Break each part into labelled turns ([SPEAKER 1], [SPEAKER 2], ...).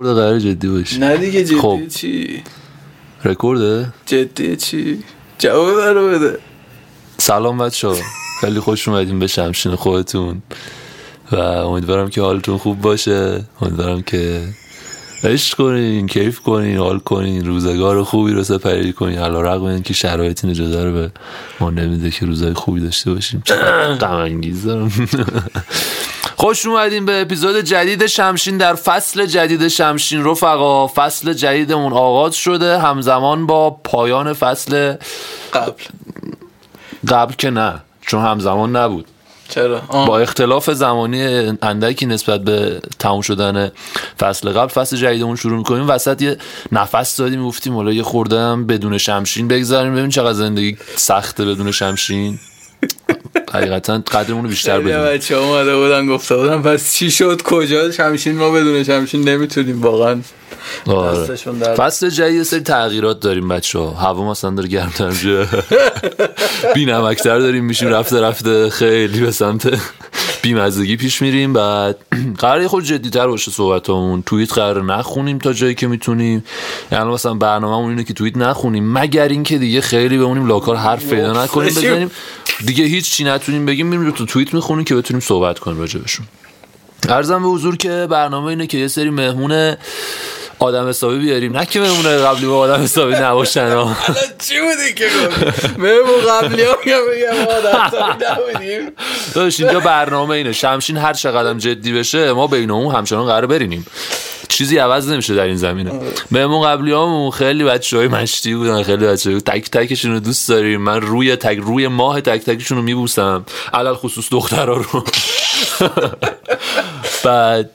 [SPEAKER 1] رکورد قرار جدی باشه
[SPEAKER 2] نه دیگه جدی
[SPEAKER 1] خب.
[SPEAKER 2] چی
[SPEAKER 1] رکورده
[SPEAKER 2] جدی چی جواب رو بده
[SPEAKER 1] سلام بچه خیلی خوش اومدیم به شمشین خودتون و امیدوارم که حالتون خوب باشه امیدوارم که عشق کنین کیف کنین حال کنین روزگار خوبی رو سپری کنین علا رقم این که شرایط این اجازه رو به ما نمیده که روزای خوبی داشته باشیم چقدر غم انگیز دارم. خوش اومدیم به اپیزود جدید شمشین در فصل جدید شمشین رفقا فصل جدیدمون آغاز شده همزمان با پایان فصل
[SPEAKER 2] قبل
[SPEAKER 1] قبل که نه چون همزمان نبود
[SPEAKER 2] چرا آه.
[SPEAKER 1] با اختلاف زمانی اندکی نسبت به تموم شدن فصل قبل فصل جدیدمون شروع میکنیم وسط یه نفس دادیم گفتیم حالا یه خوردم بدون شمشین بگذاریم ببین چقدر زندگی سخته بدون شمشین حقیقتا قدرمون رو بیشتر
[SPEAKER 2] خیلی
[SPEAKER 1] بدونیم
[SPEAKER 2] بچه ها اومده بودن گفته بودن پس چی شد کجا شمشین ما بدون شمشین نمیتونیم واقعا
[SPEAKER 1] آره.
[SPEAKER 2] دستشون در
[SPEAKER 1] فصل جدید یه سری تغییرات داریم بچه ها هوا مثلا داره گرمتر میشه بی نمکتر داریم میشیم رفته رفته خیلی به سمت بیمزدگی پیش میریم بعد قرار یه خود جدیتر باشه صحبتمون توییت قرار نخونیم تا جایی که میتونیم یعنی مثلا برنامه‌مون اینه که توییت نخونیم مگر اینکه دیگه خیلی بمونیم لاکار حرف پیدا نکنیم
[SPEAKER 2] بشیم.
[SPEAKER 1] بزنیم دیگه هیچ چی نتونیم بگیم میریم تو توییت میخونیم که بتونیم صحبت کنیم راجع بهشون ارزم به حضور که برنامه اینه که یه سری مهمون آدم حسابی بیاریم نه که مهمون قبلی با آدم حسابی نباشن ها.
[SPEAKER 2] حالا چی بودی که گفت مهمون قبلی ها میگم بگم ما در سال نبودیم
[SPEAKER 1] داداش اینجا برنامه اینه شمشین هر چقدر جدی بشه ما بین اون همچنان قرار برینیم چیزی عوض نمیشه در این زمینه مهمون قبلی هامون خیلی بچه های مشتی بودن خیلی بچه تک تکشون رو دوست داریم من روی تک روی ماه تک تکشون رو میبوسم علل خصوص دخترها رو بعد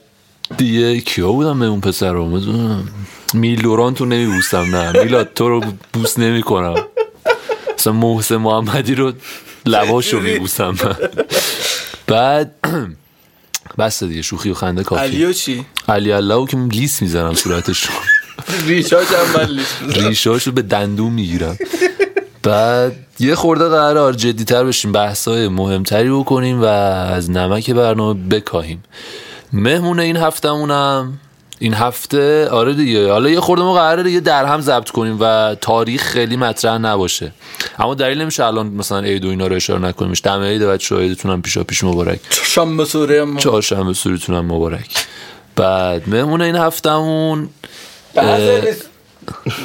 [SPEAKER 1] دیگه کیا بودم به اون پسر رو میدونم میلوران تو نمیبوسم نه میلاد تو رو بوس نمیکنم مثلا محسن محمدی رو لباش رو میبوسم بعد بس دیگه شوخی و خنده کافی
[SPEAKER 2] علیو چی
[SPEAKER 1] علی الله که لیس میزنم صورتش رو.
[SPEAKER 2] ریشاش هم من لیست بزن.
[SPEAKER 1] ریشاشو به دندون میگیرم بعد یه خورده قرار جدیتر بشیم بحثای مهمتری بکنیم و از نمک برنامه بکاهیم مهمون این هفتهمونم این هفته آره دیگه حالا یه خورده ما قراره دیگه در هم ضبط کنیم و تاریخ خیلی مطرح نباشه اما دلیل نمیشه الان مثلا عید و اینا رو اشاره نکنیمش دم عید بچه‌ها عیدتون هم پیشا پیش مبارک
[SPEAKER 2] شام سوره ما
[SPEAKER 1] چهارشنبه سوریتونم مبارک بعد مهمون این هفتهمون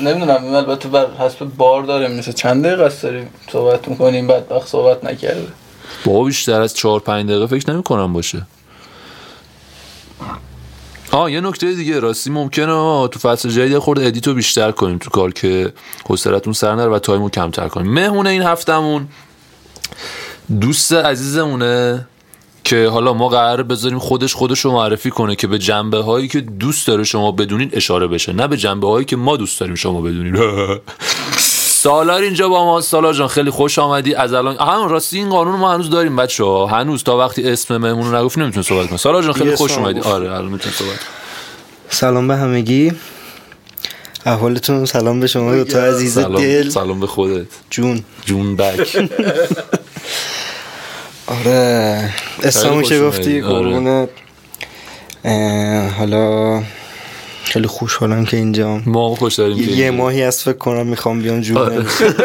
[SPEAKER 2] نمیدونم البته بر حسب بار داره میشه چند دقیقه است داریم صحبت میکنیم بدبخت صحبت نکرده
[SPEAKER 1] بابا بیشتر از چهار پنج دقیقه فکر نمی کنم باشه آه یه نکته دیگه راستی ممکنه ما تو فصل جدید یه خورده ادیتو بیشتر کنیم تو کار که حوصلتون سر نره و تایمو کمتر کنیم مهمون این هفتمون دوست عزیزمونه که حالا ما قرار بذاریم خودش خودش رو معرفی کنه که به جنبه هایی که دوست داره شما بدونین اشاره بشه نه به جنبه هایی که ما دوست داریم شما بدونین سالار اینجا با ما سالار جان خیلی خوش آمدی از الان هم راستی این قانون ما هنوز داریم بچه ها هنوز تا وقتی اسم مهمون رو نگفت نمیتونه صحبت کنه سالار جان خیلی
[SPEAKER 3] یه
[SPEAKER 1] خوش
[SPEAKER 3] سال
[SPEAKER 1] اومدی
[SPEAKER 3] گفت.
[SPEAKER 1] آره الان میتونه صحبت کنه.
[SPEAKER 3] سلام به همگی احوالتون سلام به شما دو تا عزیز
[SPEAKER 1] سلام
[SPEAKER 3] دل
[SPEAKER 1] سلام به خودت
[SPEAKER 3] جون
[SPEAKER 1] جون بک
[SPEAKER 3] آره اسمو
[SPEAKER 1] خیلی
[SPEAKER 3] که
[SPEAKER 1] خوش
[SPEAKER 3] گفتی
[SPEAKER 1] اومدی. آره.
[SPEAKER 3] قربونت اه، حالا خیلی خوشحالم که اینجام
[SPEAKER 1] ما هم خوش داریم که
[SPEAKER 3] یه یه
[SPEAKER 1] اینجا.
[SPEAKER 3] ماهی از فکر کنم میخوام بیام جون
[SPEAKER 1] آره.
[SPEAKER 3] نمیشه.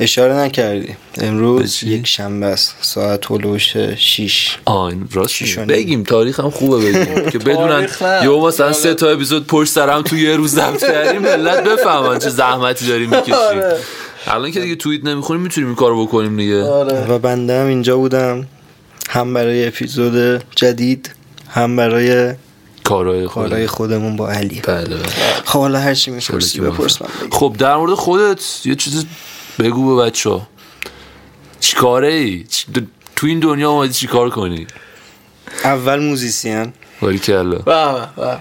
[SPEAKER 3] اشاره نکردی
[SPEAKER 1] به
[SPEAKER 3] امروز
[SPEAKER 1] چی؟
[SPEAKER 3] یک شنبه است ساعت هلوش شیش
[SPEAKER 1] آین راست
[SPEAKER 3] شیشانه.
[SPEAKER 1] بگیم تاریخ هم خوبه بگیم که بدونن
[SPEAKER 2] تاریخ نه.
[SPEAKER 1] یه مثلا سه
[SPEAKER 2] جالب.
[SPEAKER 1] تا اپیزود پشت سر هم تو یه روز ضبط کردیم ملت بفهمن چه زحمتی داریم میکشیم
[SPEAKER 2] آره.
[SPEAKER 1] الان که دیگه توییت نمیخونیم میتونیم این کارو بکنیم دیگه
[SPEAKER 2] آره
[SPEAKER 3] و بنده هم اینجا بودم هم برای اپیزود جدید هم برای
[SPEAKER 1] کارهای خود
[SPEAKER 3] کارهای
[SPEAKER 1] بله
[SPEAKER 3] خودمون با علی
[SPEAKER 1] بله
[SPEAKER 3] خب حالا هر چی
[SPEAKER 1] طوری
[SPEAKER 3] میپرسی
[SPEAKER 1] که
[SPEAKER 3] بپرس من
[SPEAKER 1] بفهم.
[SPEAKER 3] بگم.
[SPEAKER 1] خب در مورد خودت یه چیزی بگو به بچه ها چیکاره ای چ- د- تو این دنیا اومدی چیکار کنی
[SPEAKER 3] اول موزیسین
[SPEAKER 1] ولی کلا
[SPEAKER 2] به به به.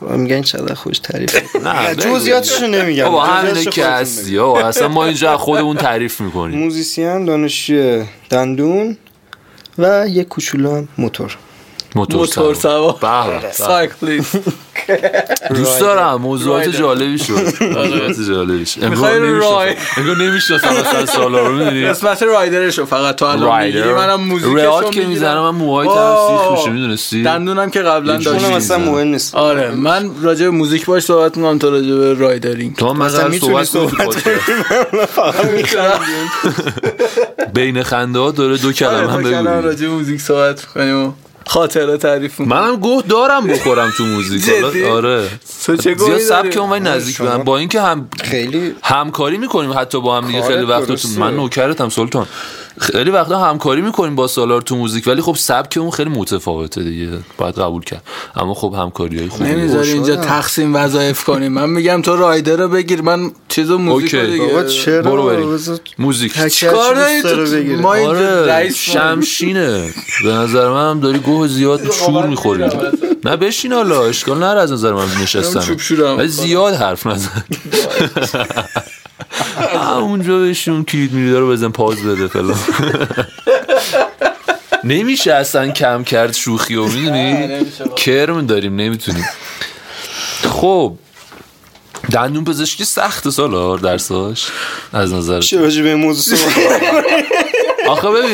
[SPEAKER 3] حالا میگن چقدر خوش تعریف
[SPEAKER 1] نه،
[SPEAKER 3] نه،
[SPEAKER 1] بگو.
[SPEAKER 3] جزئیاتشو نمیگم
[SPEAKER 1] بابا همینه
[SPEAKER 3] جزئیاتشو
[SPEAKER 1] که
[SPEAKER 3] خودتون
[SPEAKER 1] هستی آقا اصلا ما اینجا از خودمون تعریف میکنیم
[SPEAKER 3] موزیسین دانشجوی دندون و یک کوچولو هم موتور
[SPEAKER 1] موتور سوار
[SPEAKER 2] موتور سوار
[SPEAKER 1] بله، بله.
[SPEAKER 2] سایکلیست
[SPEAKER 1] دوست دارم موضوعات جالبی شد موضوعات جالبی شد انگار
[SPEAKER 2] می‌خوای رای.
[SPEAKER 1] نمی‌شناسم. انگار نمیشناسم اصلا سالا رو میدونی
[SPEAKER 2] قسمت رایدرشو فقط تا الان
[SPEAKER 1] رایدر.
[SPEAKER 2] میگیری منم موزیکشو
[SPEAKER 1] رئال که میزنه من موهای طرف سیخ میشه میدونستی
[SPEAKER 2] دندونم که قبلا
[SPEAKER 1] یه جوری.
[SPEAKER 3] اونم
[SPEAKER 2] داشتی
[SPEAKER 3] اصلا مهم نیست
[SPEAKER 2] آره من راجع به موزیک باش صحبت میکنم تا راجع به رایدرینگ
[SPEAKER 1] تو هم
[SPEAKER 3] اصلا
[SPEAKER 1] مثلا
[SPEAKER 3] میتونی
[SPEAKER 1] صحبت کنی تو
[SPEAKER 3] صحبت
[SPEAKER 1] پادکست.
[SPEAKER 3] کنی من فقط میخندیم
[SPEAKER 1] بین خنده ها داره دو کلمه هم
[SPEAKER 2] آره، تا کلم
[SPEAKER 1] بگو
[SPEAKER 2] راجع به موزیک صحبت میکنیم و خاطره تعریف میکنم
[SPEAKER 1] منم گوه دارم بخورم تو موزیک حالا-
[SPEAKER 2] جدی؟
[SPEAKER 1] آره
[SPEAKER 2] تو چه گویی
[SPEAKER 1] زیاد
[SPEAKER 2] داری؟ آره،
[SPEAKER 1] سبک اونوری نزدیک
[SPEAKER 3] شما-
[SPEAKER 1] من با اینکه هم
[SPEAKER 3] خیلی
[SPEAKER 1] همکاری میکنیم حتی با هم دیگه
[SPEAKER 2] آره،
[SPEAKER 3] کارت
[SPEAKER 1] خیلی وقتا تو
[SPEAKER 3] درسته.
[SPEAKER 1] من نوکرتم سلطان خیلی وقتا همکاری میکنیم با سالار تو موزیک ولی خب سبک اون خیلی متفاوته دیگه باید قبول کرد اما خب همکاری های خوبی
[SPEAKER 2] نمیذاری اینجا
[SPEAKER 3] خوشحالم.
[SPEAKER 2] تقسیم وظایف کنیم من میگم تو رایدر رو بگیر من چیزو موزیک رو
[SPEAKER 1] اوکی.
[SPEAKER 2] دیگه
[SPEAKER 3] بابا چرا
[SPEAKER 1] برو بریم.
[SPEAKER 3] بذار-
[SPEAKER 1] موزیک
[SPEAKER 3] هر کی
[SPEAKER 2] چیکار
[SPEAKER 3] هر
[SPEAKER 2] داری
[SPEAKER 3] چی دوست داره
[SPEAKER 2] تو-
[SPEAKER 3] بگیره.
[SPEAKER 2] ما اینجا
[SPEAKER 1] آره
[SPEAKER 2] رئیس
[SPEAKER 1] شمشینه به نظر من هم داری گوه زیاد شور میخوری نه بشین حالا اشکال نره از نظر من
[SPEAKER 2] من
[SPEAKER 1] نشستن
[SPEAKER 2] چوب شورم
[SPEAKER 1] ولی زیاد حرف نزن اونجا بشین اون کلید میری رو بزن پاز بده فلان نمیشه اصلا کم کرد شوخی و میدونی
[SPEAKER 2] آره، نمیشه واقعا.
[SPEAKER 1] کرم داریم نمیتونیم خب دندون پزشکی سخت سالار درساش از نظر
[SPEAKER 3] چه راجع به این موضوع صحبت
[SPEAKER 1] آخه ببین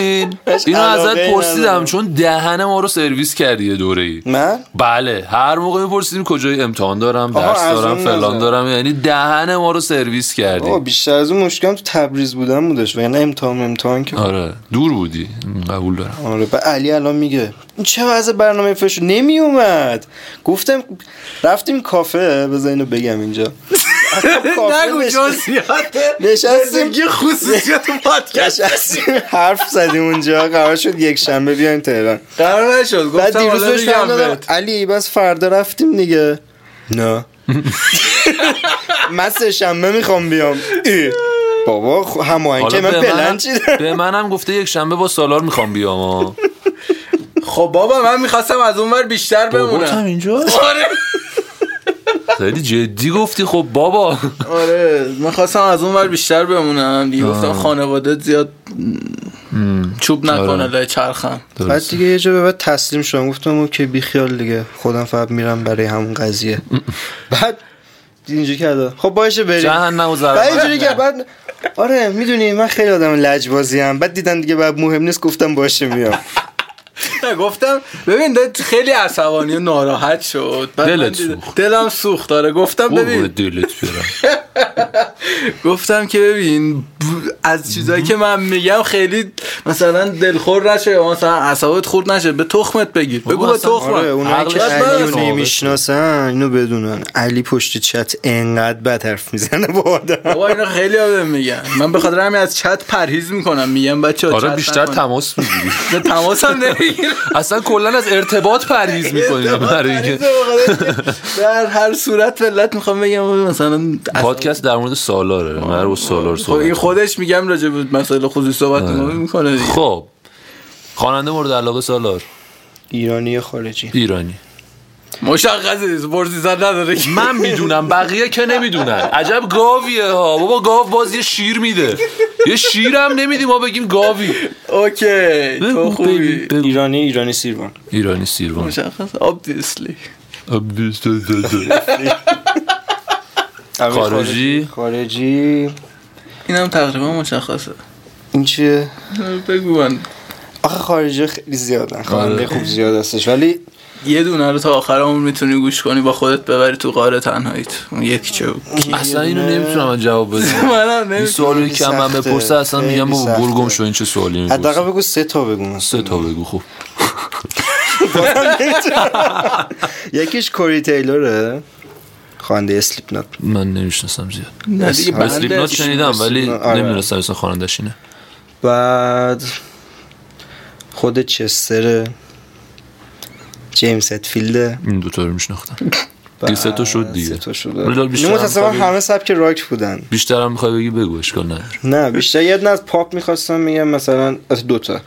[SPEAKER 1] اینو
[SPEAKER 3] علاقه
[SPEAKER 1] ازت
[SPEAKER 3] ندارم.
[SPEAKER 1] پرسیدم چون دهن ما رو سرویس کردی یه دوره ای
[SPEAKER 3] من
[SPEAKER 1] بله هر موقع میپرسیدیم کجای امتحان دارم
[SPEAKER 3] آها،
[SPEAKER 1] درس
[SPEAKER 3] از
[SPEAKER 1] دارم
[SPEAKER 3] اون
[SPEAKER 1] فلان
[SPEAKER 3] نظر.
[SPEAKER 1] دارم یعنی دهن ما رو سرویس کردی
[SPEAKER 3] آه، بیشتر از اون مشکلم تو تبریز بودن بودش وگرنه امتحان امتحان که
[SPEAKER 1] آره دور بودی قبول دارم
[SPEAKER 3] آره به علی الان میگه این چه وضع برنامه فشو نمی اومد گفتم رفتیم کافه بذار اینو بگم اینجا کافه
[SPEAKER 2] نگو
[SPEAKER 3] نش-
[SPEAKER 2] جزئیات
[SPEAKER 3] نشستیم
[SPEAKER 2] زندگی خصوصیات پادکست
[SPEAKER 3] نشستیم حرف زدیم اونجا قرار شد یک شنبه بیایم تهران
[SPEAKER 2] قرار نشد
[SPEAKER 3] بعد
[SPEAKER 2] گفتم
[SPEAKER 3] دیروز
[SPEAKER 2] حالا
[SPEAKER 3] بهش
[SPEAKER 2] میگم
[SPEAKER 3] پیام دادم
[SPEAKER 2] بهت.
[SPEAKER 3] علی بس فردا رفتیم دیگه نه من سه شنبه میخوام بیام ای، بابا خب هماهنگ که
[SPEAKER 1] حالا
[SPEAKER 3] من
[SPEAKER 1] به
[SPEAKER 3] پلن
[SPEAKER 1] منم,
[SPEAKER 3] چی دارم؟
[SPEAKER 1] به منم گفته یک شنبه با سالار میخوام بیام آه.
[SPEAKER 2] خب بابا من میخواستم از اونور بیشتر
[SPEAKER 1] بابات هم
[SPEAKER 2] بمونم
[SPEAKER 1] اینجا
[SPEAKER 2] آره
[SPEAKER 1] خیلی جدی گفتی خب بابا
[SPEAKER 2] آره من خواستم از اونور بیشتر بمونم دیگه گفتم خانواده زیاد چوب نکنه
[SPEAKER 1] آره.
[SPEAKER 2] لای چرخم
[SPEAKER 3] بعد
[SPEAKER 1] درست.
[SPEAKER 3] دیگه یه جا به بعد تسلیم شدم گفتم اوکی بی خیال دیگه خودم فقط میرم برای همون قضیه بعد اینجوری کرد خب باشه بریم
[SPEAKER 1] جهنم و
[SPEAKER 3] بعد اینجوری
[SPEAKER 1] زرم
[SPEAKER 3] کرد بعد آره میدونی من خیلی آدم لجبازی ام بعد دیدن دیگه بعد مهم نیست گفتم باشه میام
[SPEAKER 2] نه، گفتم ببین دلت خیلی عصبانی و ناراحت شد بعد من
[SPEAKER 1] دلت
[SPEAKER 2] دیدم-
[SPEAKER 1] سوخت.
[SPEAKER 2] دلم سوخت آره گفتم
[SPEAKER 1] بابا
[SPEAKER 2] ببین
[SPEAKER 1] بله. دلت برم
[SPEAKER 2] گفتم که ببین ب- از چیزایی که من میگم خیلی مثلا دلخور نشه یا مثلا اعصابت خورد نشه به تخمت بگیر بگو
[SPEAKER 1] بابا
[SPEAKER 2] به
[SPEAKER 1] اصلا
[SPEAKER 2] تخمم
[SPEAKER 3] آره اونایی که
[SPEAKER 1] عقلش
[SPEAKER 3] علی
[SPEAKER 1] بس.
[SPEAKER 3] رو نمیشناسن اینو بدونن علی پشت چت انقدر بد حرف میزنه با آدم
[SPEAKER 2] بابا اینا خیلی آدم میگن من به خاطر همین از چت پرهیز میکنم میگم بچه
[SPEAKER 1] آره بیشتر تماس میگیری
[SPEAKER 2] تماس هم نمیگیرم
[SPEAKER 1] اصلا کلا از ارتباط پرهیز میکنیم برای اینکه
[SPEAKER 2] در هر صورت ملت میخوام بگم مثلا
[SPEAKER 1] پادکست در مورد سالاره من با سالار
[SPEAKER 2] خب
[SPEAKER 1] صحبت
[SPEAKER 2] این
[SPEAKER 1] آره.
[SPEAKER 2] خودش میگم راجع به مسائل خصوصی صحبت میکنه دیگه.
[SPEAKER 1] خب خواننده مورد علاقه سالار
[SPEAKER 3] ایرانی خارجی
[SPEAKER 1] ایرانی
[SPEAKER 2] مشخص نیست برزی زن نداره که.
[SPEAKER 1] من میدونم بقیه که نمیدونن عجب گاویه ها بابا گاو باز یه شیر میده یه شیرم نمیدی ما بگیم گاوی
[SPEAKER 2] اوکی تو خوبی
[SPEAKER 3] ایرانی ایرانی سیروان
[SPEAKER 1] ایرانی سیروان
[SPEAKER 2] مشخص obviously
[SPEAKER 1] خارجی؟
[SPEAKER 3] خارجی
[SPEAKER 2] اینم تقریبا مشخصه
[SPEAKER 3] این چیه
[SPEAKER 2] بگو من
[SPEAKER 3] آخه خارجی خیلی زیادن
[SPEAKER 1] آره.
[SPEAKER 3] خواننده خوب زیاد هستش ولی
[SPEAKER 2] یه دونه رو تا آخر عمر میتونی گوش کنی با خودت ببری تو قاره تنهاییت اون یک چه
[SPEAKER 1] اصلا اینو نمیتونم من جواب بدم
[SPEAKER 2] منم
[SPEAKER 1] این
[SPEAKER 2] نمی‌دونم.
[SPEAKER 1] سوالی که من
[SPEAKER 3] سخته.
[SPEAKER 1] بپرسه اصلا
[SPEAKER 3] خیلی
[SPEAKER 1] میگم بابا
[SPEAKER 3] سخته.
[SPEAKER 1] برگم شو این چه سوالی میپرسی
[SPEAKER 3] حداقل بگو سه تا بگو مثلا
[SPEAKER 1] سه تا بگو خب
[SPEAKER 3] یکیش کوری تیلوره خواننده اسلیپ نات
[SPEAKER 1] من نمیشناسم زیاد
[SPEAKER 2] نه دیگه
[SPEAKER 3] بس-
[SPEAKER 2] بنده
[SPEAKER 1] اسلیپنات
[SPEAKER 2] اسم-
[SPEAKER 1] شنیدم ولی
[SPEAKER 3] بله. آره.
[SPEAKER 1] نمیدونستم اصلا خوانندش اینه
[SPEAKER 3] بعد خود چستر جیمز اتفیلد
[SPEAKER 1] این دوتا رو میشناختم دیگه سه تا شد دیگه. ولی دار بیشتر
[SPEAKER 3] اینو
[SPEAKER 1] هم
[SPEAKER 3] متاسفم
[SPEAKER 1] می‌خوای
[SPEAKER 3] همه سبک راک بودن
[SPEAKER 1] بیشتر هم میخوای بگی بگو اشکال نداره
[SPEAKER 3] نه بیشتر یه دونه از پاپ میخواستم میگم مثلا از دوتا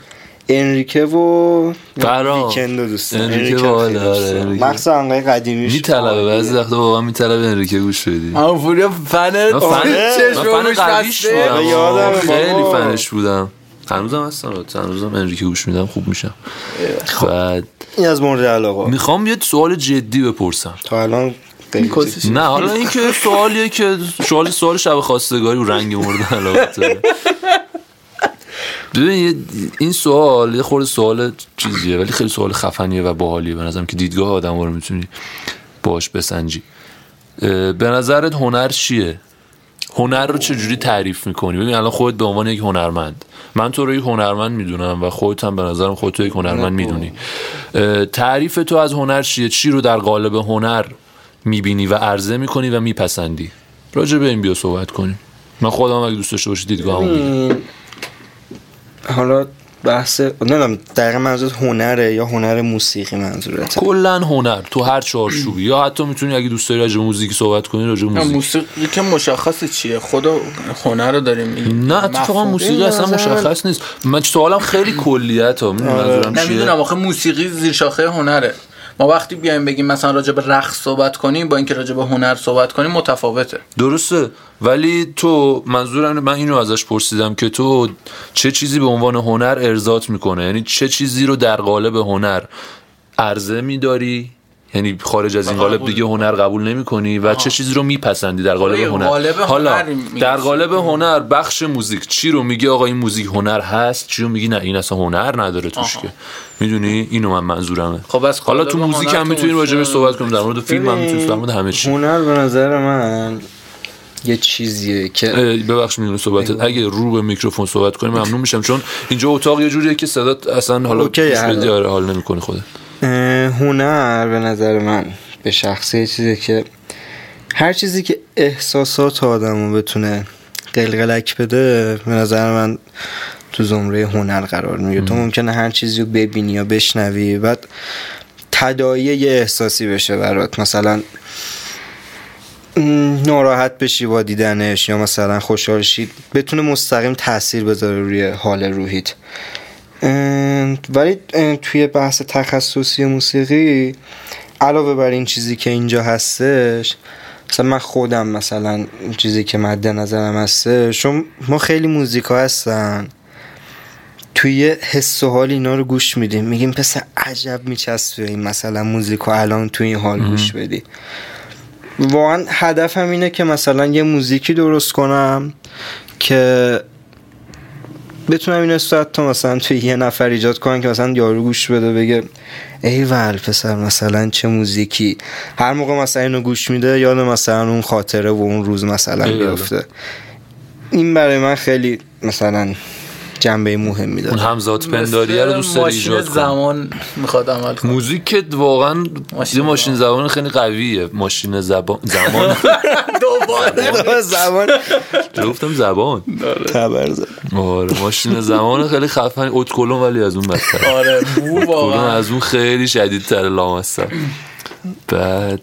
[SPEAKER 3] انریکه و
[SPEAKER 1] فرام.
[SPEAKER 3] ویکند رو دوست دارم.
[SPEAKER 1] انریکه
[SPEAKER 3] انریکه رو
[SPEAKER 1] باحاله،
[SPEAKER 3] خیلی دوست
[SPEAKER 1] آره،
[SPEAKER 3] دارم.
[SPEAKER 1] انریکه.
[SPEAKER 3] مخصوصا انقای قدیمیش
[SPEAKER 1] میطلبه بعضی وقتا واقعا میطلبه انریکه گوش بدی من
[SPEAKER 2] همون فوریا فن
[SPEAKER 1] فن من
[SPEAKER 2] چشم
[SPEAKER 1] فن
[SPEAKER 2] روش
[SPEAKER 1] قویش
[SPEAKER 2] بسته.
[SPEAKER 1] بودم
[SPEAKER 3] آره، یادمه،
[SPEAKER 1] آه، خیلی
[SPEAKER 3] بابا.
[SPEAKER 2] خب.
[SPEAKER 1] فنش بودم هنوزم هستم البته. هنوزم انریکه گوش میدم خوب میشم بعد
[SPEAKER 3] این از مورد علاقه
[SPEAKER 1] میخوام یه سوال جدی بپرسم
[SPEAKER 3] تا الان خیلی چیز-
[SPEAKER 1] نه حالا اینکه سوالیه که سوال سوال شب خواستگاری و رنگ مورد علاقه داره. ببین یه- این سوال یه خورده سوال چیزیه ولی خیلی سوال خفنیه و باحالیه به نظرم که دیدگاه آدم رو میتونی باش بسنجی اه، به نظرت هنر چیه هنر رو چجوری تعریف میکنی ببین الان خودت به عنوان یک هنرمند من تو رو یک هنرمند میدونم و خودت هم به نظرم خودت یک هنرمند میدونی اه، تعریف تو از هنر چیه چی رو در قالب هنر میبینی و عرضه میکنی و میپسندی راجع به این بیا صحبت کنیم من خودم اگه دوست داشته باشی دیدگاهمو میگم.
[SPEAKER 3] این- حالا بحث نمیدونم دقیقا منظور هنره یا هنر موسیقی منظورته
[SPEAKER 1] کلا هنر تو هر چارچوبی یا حتی میتونی اگه دوست داری راجع به موزیک صحبت کنی راجع به
[SPEAKER 2] نه،
[SPEAKER 1] موزیک
[SPEAKER 2] موسیقی که مشخص چیه خدا هنر رو داریم میگیم
[SPEAKER 1] نه اتفاقا موسیقی
[SPEAKER 3] این
[SPEAKER 1] اصلا
[SPEAKER 3] نظر آره. من-
[SPEAKER 1] مشخص نیست من سوالم خیلی کلیت ها میدونی منظورم چیه
[SPEAKER 2] نمیدونم آخه موسیقی زیر شاخه هنره ما وقتی بیایم بگیم مثلا راجع به رقص صحبت کنیم با اینکه راجع به هنر صحبت کنیم متفاوته
[SPEAKER 1] درسته ولی تو منظورم اینه- من اینو ازش پرسیدم که تو چه چیزی به عنوان هنر ارزات میکنه یعنی چه چیزی رو در قالب هنر عرضه میداری یعنی خارج از این قالب دیگه هنر قبول نمیکنی و چه چیزی رو میپسندی در قالب
[SPEAKER 2] آره،
[SPEAKER 1] هنر
[SPEAKER 2] قالب
[SPEAKER 1] حالا
[SPEAKER 2] هنر میگی.
[SPEAKER 1] در قالب هنر بخش موزیک چی رو میگی آقا این موزیک هنر هست چی رو میگی نه این اصلا هنر نداره توش که میدونی اینو من منظورمه
[SPEAKER 2] خب، از
[SPEAKER 1] حالا تو
[SPEAKER 2] قالب
[SPEAKER 1] موزیک
[SPEAKER 2] هنر
[SPEAKER 1] هم
[SPEAKER 2] تو
[SPEAKER 1] میتونی راجع
[SPEAKER 2] موسیقی-
[SPEAKER 1] صحبت کنیم در مورد فیلم هم میتونی در مورد همه چی
[SPEAKER 3] هنر به نظر من یه چیزیه که
[SPEAKER 1] اه، ببخش میدونی صحبتت اگه رو به میکروفون صحبت کنی ممنون میشم چون اینجا اتاق یه جوریه که صدات اصلا حالا
[SPEAKER 3] اوکی،
[SPEAKER 1] گوش بدی،
[SPEAKER 3] حل.
[SPEAKER 1] آره، حال نمیکنه خوده
[SPEAKER 3] اه، هنر به نظر من به شخصه یه چیزیه که هر چیزی که احساسات آدم رو بتونه قلقلک بده به نظر من تو زمره هنر قرار میگیره تو ممکنه هر چیزی رو ببینی یا بشنوی بعد تدایی یه احساسی بشه برات مثلا م، ناراحت بشی با دیدنش یا مثلا خوشحال شی بتونه مستقیم تاثیر بذاره روی حال روحیت اه، ولی اه، توی بحث تخصصی موسیقی علاوه بر این چیزی که اینجا هستش مثلا من خودم مثلا این چیزی که مد نظرم هستش چون ما خیلی موزیکا هستن توی حس و حال اینا رو گوش میدیم میگیم پس عجب میچسبه این مثلا موزیکو الان توی این حال گوش بدی واقعا هدفم اینه که مثلا یه موزیکی درست کنم که بتونم این رو حتی مثلا توی یه نفر ایجاد کنم که مثلا یارو گوش بده بگه ای ول پسر مثلا چه موزیکی هر موقع مثلا اینو گوش میده یاد مثلا اون خاطره و اون روز مثلا
[SPEAKER 1] ایول.
[SPEAKER 3] بیفته این برای من خیلی مثلا جنبه
[SPEAKER 1] اون
[SPEAKER 3] مهمی داره
[SPEAKER 1] همزاد پنداریه رو دوست داری
[SPEAKER 2] ماشین
[SPEAKER 1] ایجاد کنی
[SPEAKER 2] زمان میخواد عمل کنه
[SPEAKER 1] موزیک که واقعا
[SPEAKER 2] ماشین
[SPEAKER 1] یه ماشین زبان خیلی قویه ماشین زبان زمان
[SPEAKER 2] دوباره
[SPEAKER 3] زبان
[SPEAKER 1] گفتم زبان
[SPEAKER 3] تبر زد
[SPEAKER 1] آره ماشین زمان خیلی خفن اتکلون ولی از اون بدتر
[SPEAKER 2] آره بو
[SPEAKER 1] اتکلون
[SPEAKER 2] واقعا
[SPEAKER 1] از اون خیلی شدیدتر لامصب بعد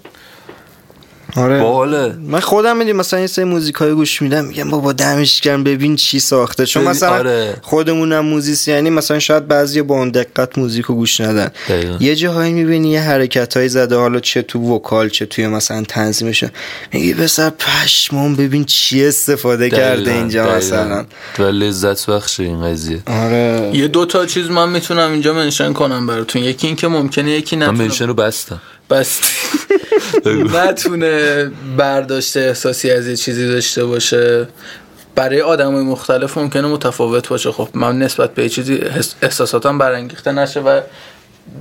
[SPEAKER 3] آره
[SPEAKER 1] باله
[SPEAKER 3] من خودم میدونم مثلا یه سری موزیکای گوش میدم میگم بابا دمش گرم ببین چی ساخته چون
[SPEAKER 1] ببین،
[SPEAKER 3] مثلا
[SPEAKER 1] آره.
[SPEAKER 3] خودمونم موزیسیانی مثلا شاید بعضی با اون دقت موزیکو گوش ندن
[SPEAKER 1] دقیقاً.
[SPEAKER 3] یه جاهایی میبینی یه حرکت زده حالا چه تو وکال چه توی مثلا تنظیمش میگی بسر پشمام ببین چی استفاده کرده
[SPEAKER 1] دقیقاً،
[SPEAKER 3] اینجا
[SPEAKER 1] دقیقاً.
[SPEAKER 3] مثلا
[SPEAKER 1] و لذت بخش این قضیه
[SPEAKER 3] آره
[SPEAKER 2] یه دو تا چیز من میتونم اینجا منشن کنم براتون یکی اینکه ممکنه یکی
[SPEAKER 1] من
[SPEAKER 2] نتونه
[SPEAKER 1] منشن رو بستم
[SPEAKER 2] بس نتونه برداشت احساسی از یه چیزی داشته باشه برای آدم های مختلف ممکنه متفاوت باشه خب من نسبت به یه چیزی حس- احساساتم برانگیخته نشه و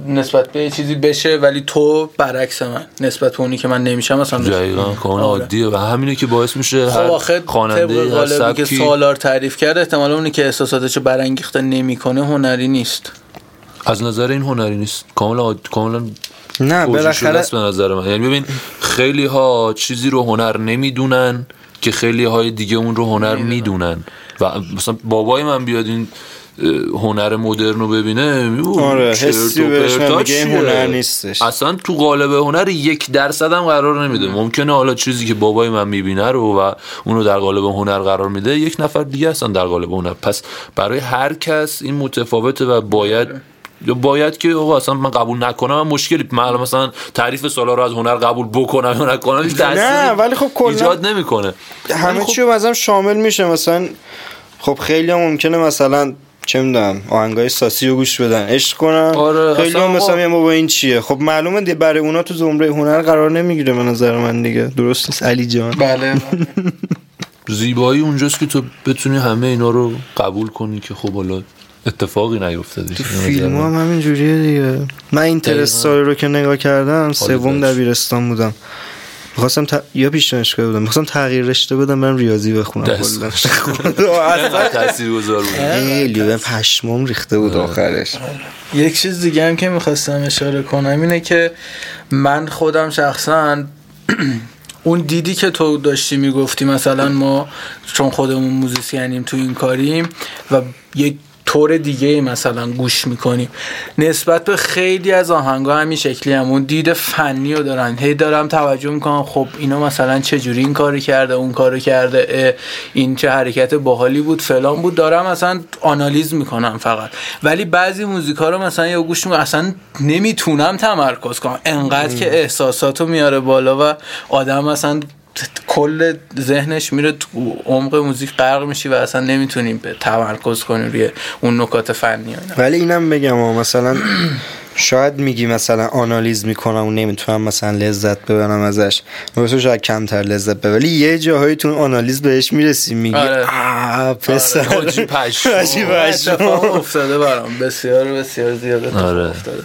[SPEAKER 2] نسبت به یه چیزی بشه ولی تو برعکس من نسبت به اونی که من نمیشم مثلا
[SPEAKER 1] جایگان کاملا
[SPEAKER 2] آره.
[SPEAKER 1] عادیه و همینه که باعث میشه
[SPEAKER 2] خب آخه
[SPEAKER 1] هر
[SPEAKER 2] طبق
[SPEAKER 1] خواننده هر
[SPEAKER 2] قالبی که
[SPEAKER 1] سبکی
[SPEAKER 2] سالار تعریف کرد احتمالا اونی که احساساتش رو برانگیخته نمیکنه هنری نیست
[SPEAKER 1] از نظر این هنری نیست کاملا عاد... کاملا
[SPEAKER 3] نه
[SPEAKER 1] اوجی شده
[SPEAKER 3] بالاخره
[SPEAKER 1] است به نظر من یعنی ببین خیلی ها چیزی رو هنر نمیدونن که خیلی های دیگه اون رو هنر میدونن و مثلا بابای من بیاد این اه، هنر مدرن رو ببینه میگه،
[SPEAKER 3] آره،
[SPEAKER 1] چرت و
[SPEAKER 3] حسی بهش
[SPEAKER 1] پرتا
[SPEAKER 3] نمیگه، این
[SPEAKER 1] چیه؟
[SPEAKER 3] هنر نیستش.
[SPEAKER 1] اصلا تو قالب هنر یک درصد هم قرار نمیده ممکنه حالا چیزی که بابای من میبینه رو و اونو در قالب هنر قرار میده یک نفر دیگه اصلا در قالب هنر پس برای هر کس این متفاوته و باید
[SPEAKER 3] بله.
[SPEAKER 1] یا باید که آقا اصلا من قبول نکنم من مشکلی من الان مثلا تعریف سالا رو از هنر قبول بکنم یا نکنم هیچ تأثیری
[SPEAKER 3] نه، ولی خب کلاً-
[SPEAKER 1] ایجاد نمیکنه
[SPEAKER 3] همه چی رو مثلا شامل میشه مثلا خب خیلی هم خب ممکنه مثلا چه میدونم آهنگای ساسی رو گوش بدن عشق کنن
[SPEAKER 1] آره،
[SPEAKER 3] خیلی
[SPEAKER 1] اصلا
[SPEAKER 3] هم مثلا
[SPEAKER 1] ما-
[SPEAKER 3] میگن بابا این چیه خب معلومه دی برای اونا تو زمره هنر قرار نمیگیره به نظر من دیگه درست نیست علی جان
[SPEAKER 2] بله
[SPEAKER 1] زیبایی اونجاست که تو بتونی همه اینا رو قبول کنی که خب حالا اتفاقی نیفتاده
[SPEAKER 3] تو فیلم هم همین جوریه دیگه من این ترستار رو که نگاه کردم سوم
[SPEAKER 1] داشت.
[SPEAKER 3] دبیرستان بودم میخواستم ت... یا پیش دانشگاه بودم میخواستم تغییر رشته بدم برم ریاضی بخونم
[SPEAKER 1] دست.
[SPEAKER 3] کلا خدا، اصلا
[SPEAKER 1] تاثیر گذار بود
[SPEAKER 3] خیلی به پشمام ریخته بود
[SPEAKER 1] آره.
[SPEAKER 3] آخرش
[SPEAKER 2] یک چیز دیگه هم که میخواستم اشاره کنم اینه که من خودم شخصا اون دیدی که تو داشتی میگفتی مثلا ما چون خودمون موزیسینیم تو این کاریم و یک طور دیگه مثلا گوش میکنیم نسبت به خیلی از آهنگا همین شکلی هم اون دید فنی رو دارن هی دارم توجه میکنم خب اینا مثلا چه جوری این کارو کرده اون کارو کرده اه، این چه حرکت باحالی بود فلان بود دارم مثلا آنالیز میکنم فقط ولی بعضی موزیکا رو مثلا یا گوش میکنم اصلا نمیتونم تمرکز کنم انقدر که احساساتو میاره بالا و آدم مثلا کل ذهنش میره تو عمق موزیک غرق میشی و اصلا نمیتونیم به تمرکز کنی روی اون نکات فنی و اینا.
[SPEAKER 3] ولی اینم بگم ها مثلا شاید میگی مثلا آنالیز میکنم و نمیتونم مثلا لذت ببرم ازش مثلا شاید کمتر لذت ببرم ولی یه جاهایی تو آنالیز بهش میرسی میگی
[SPEAKER 2] آره.
[SPEAKER 3] آه پسر
[SPEAKER 1] حاجی پشم.
[SPEAKER 3] حاجی پشم.
[SPEAKER 2] اتفاق افتاده برام بسیار بسیار زیاد اتفاق
[SPEAKER 1] آره.
[SPEAKER 2] افتاده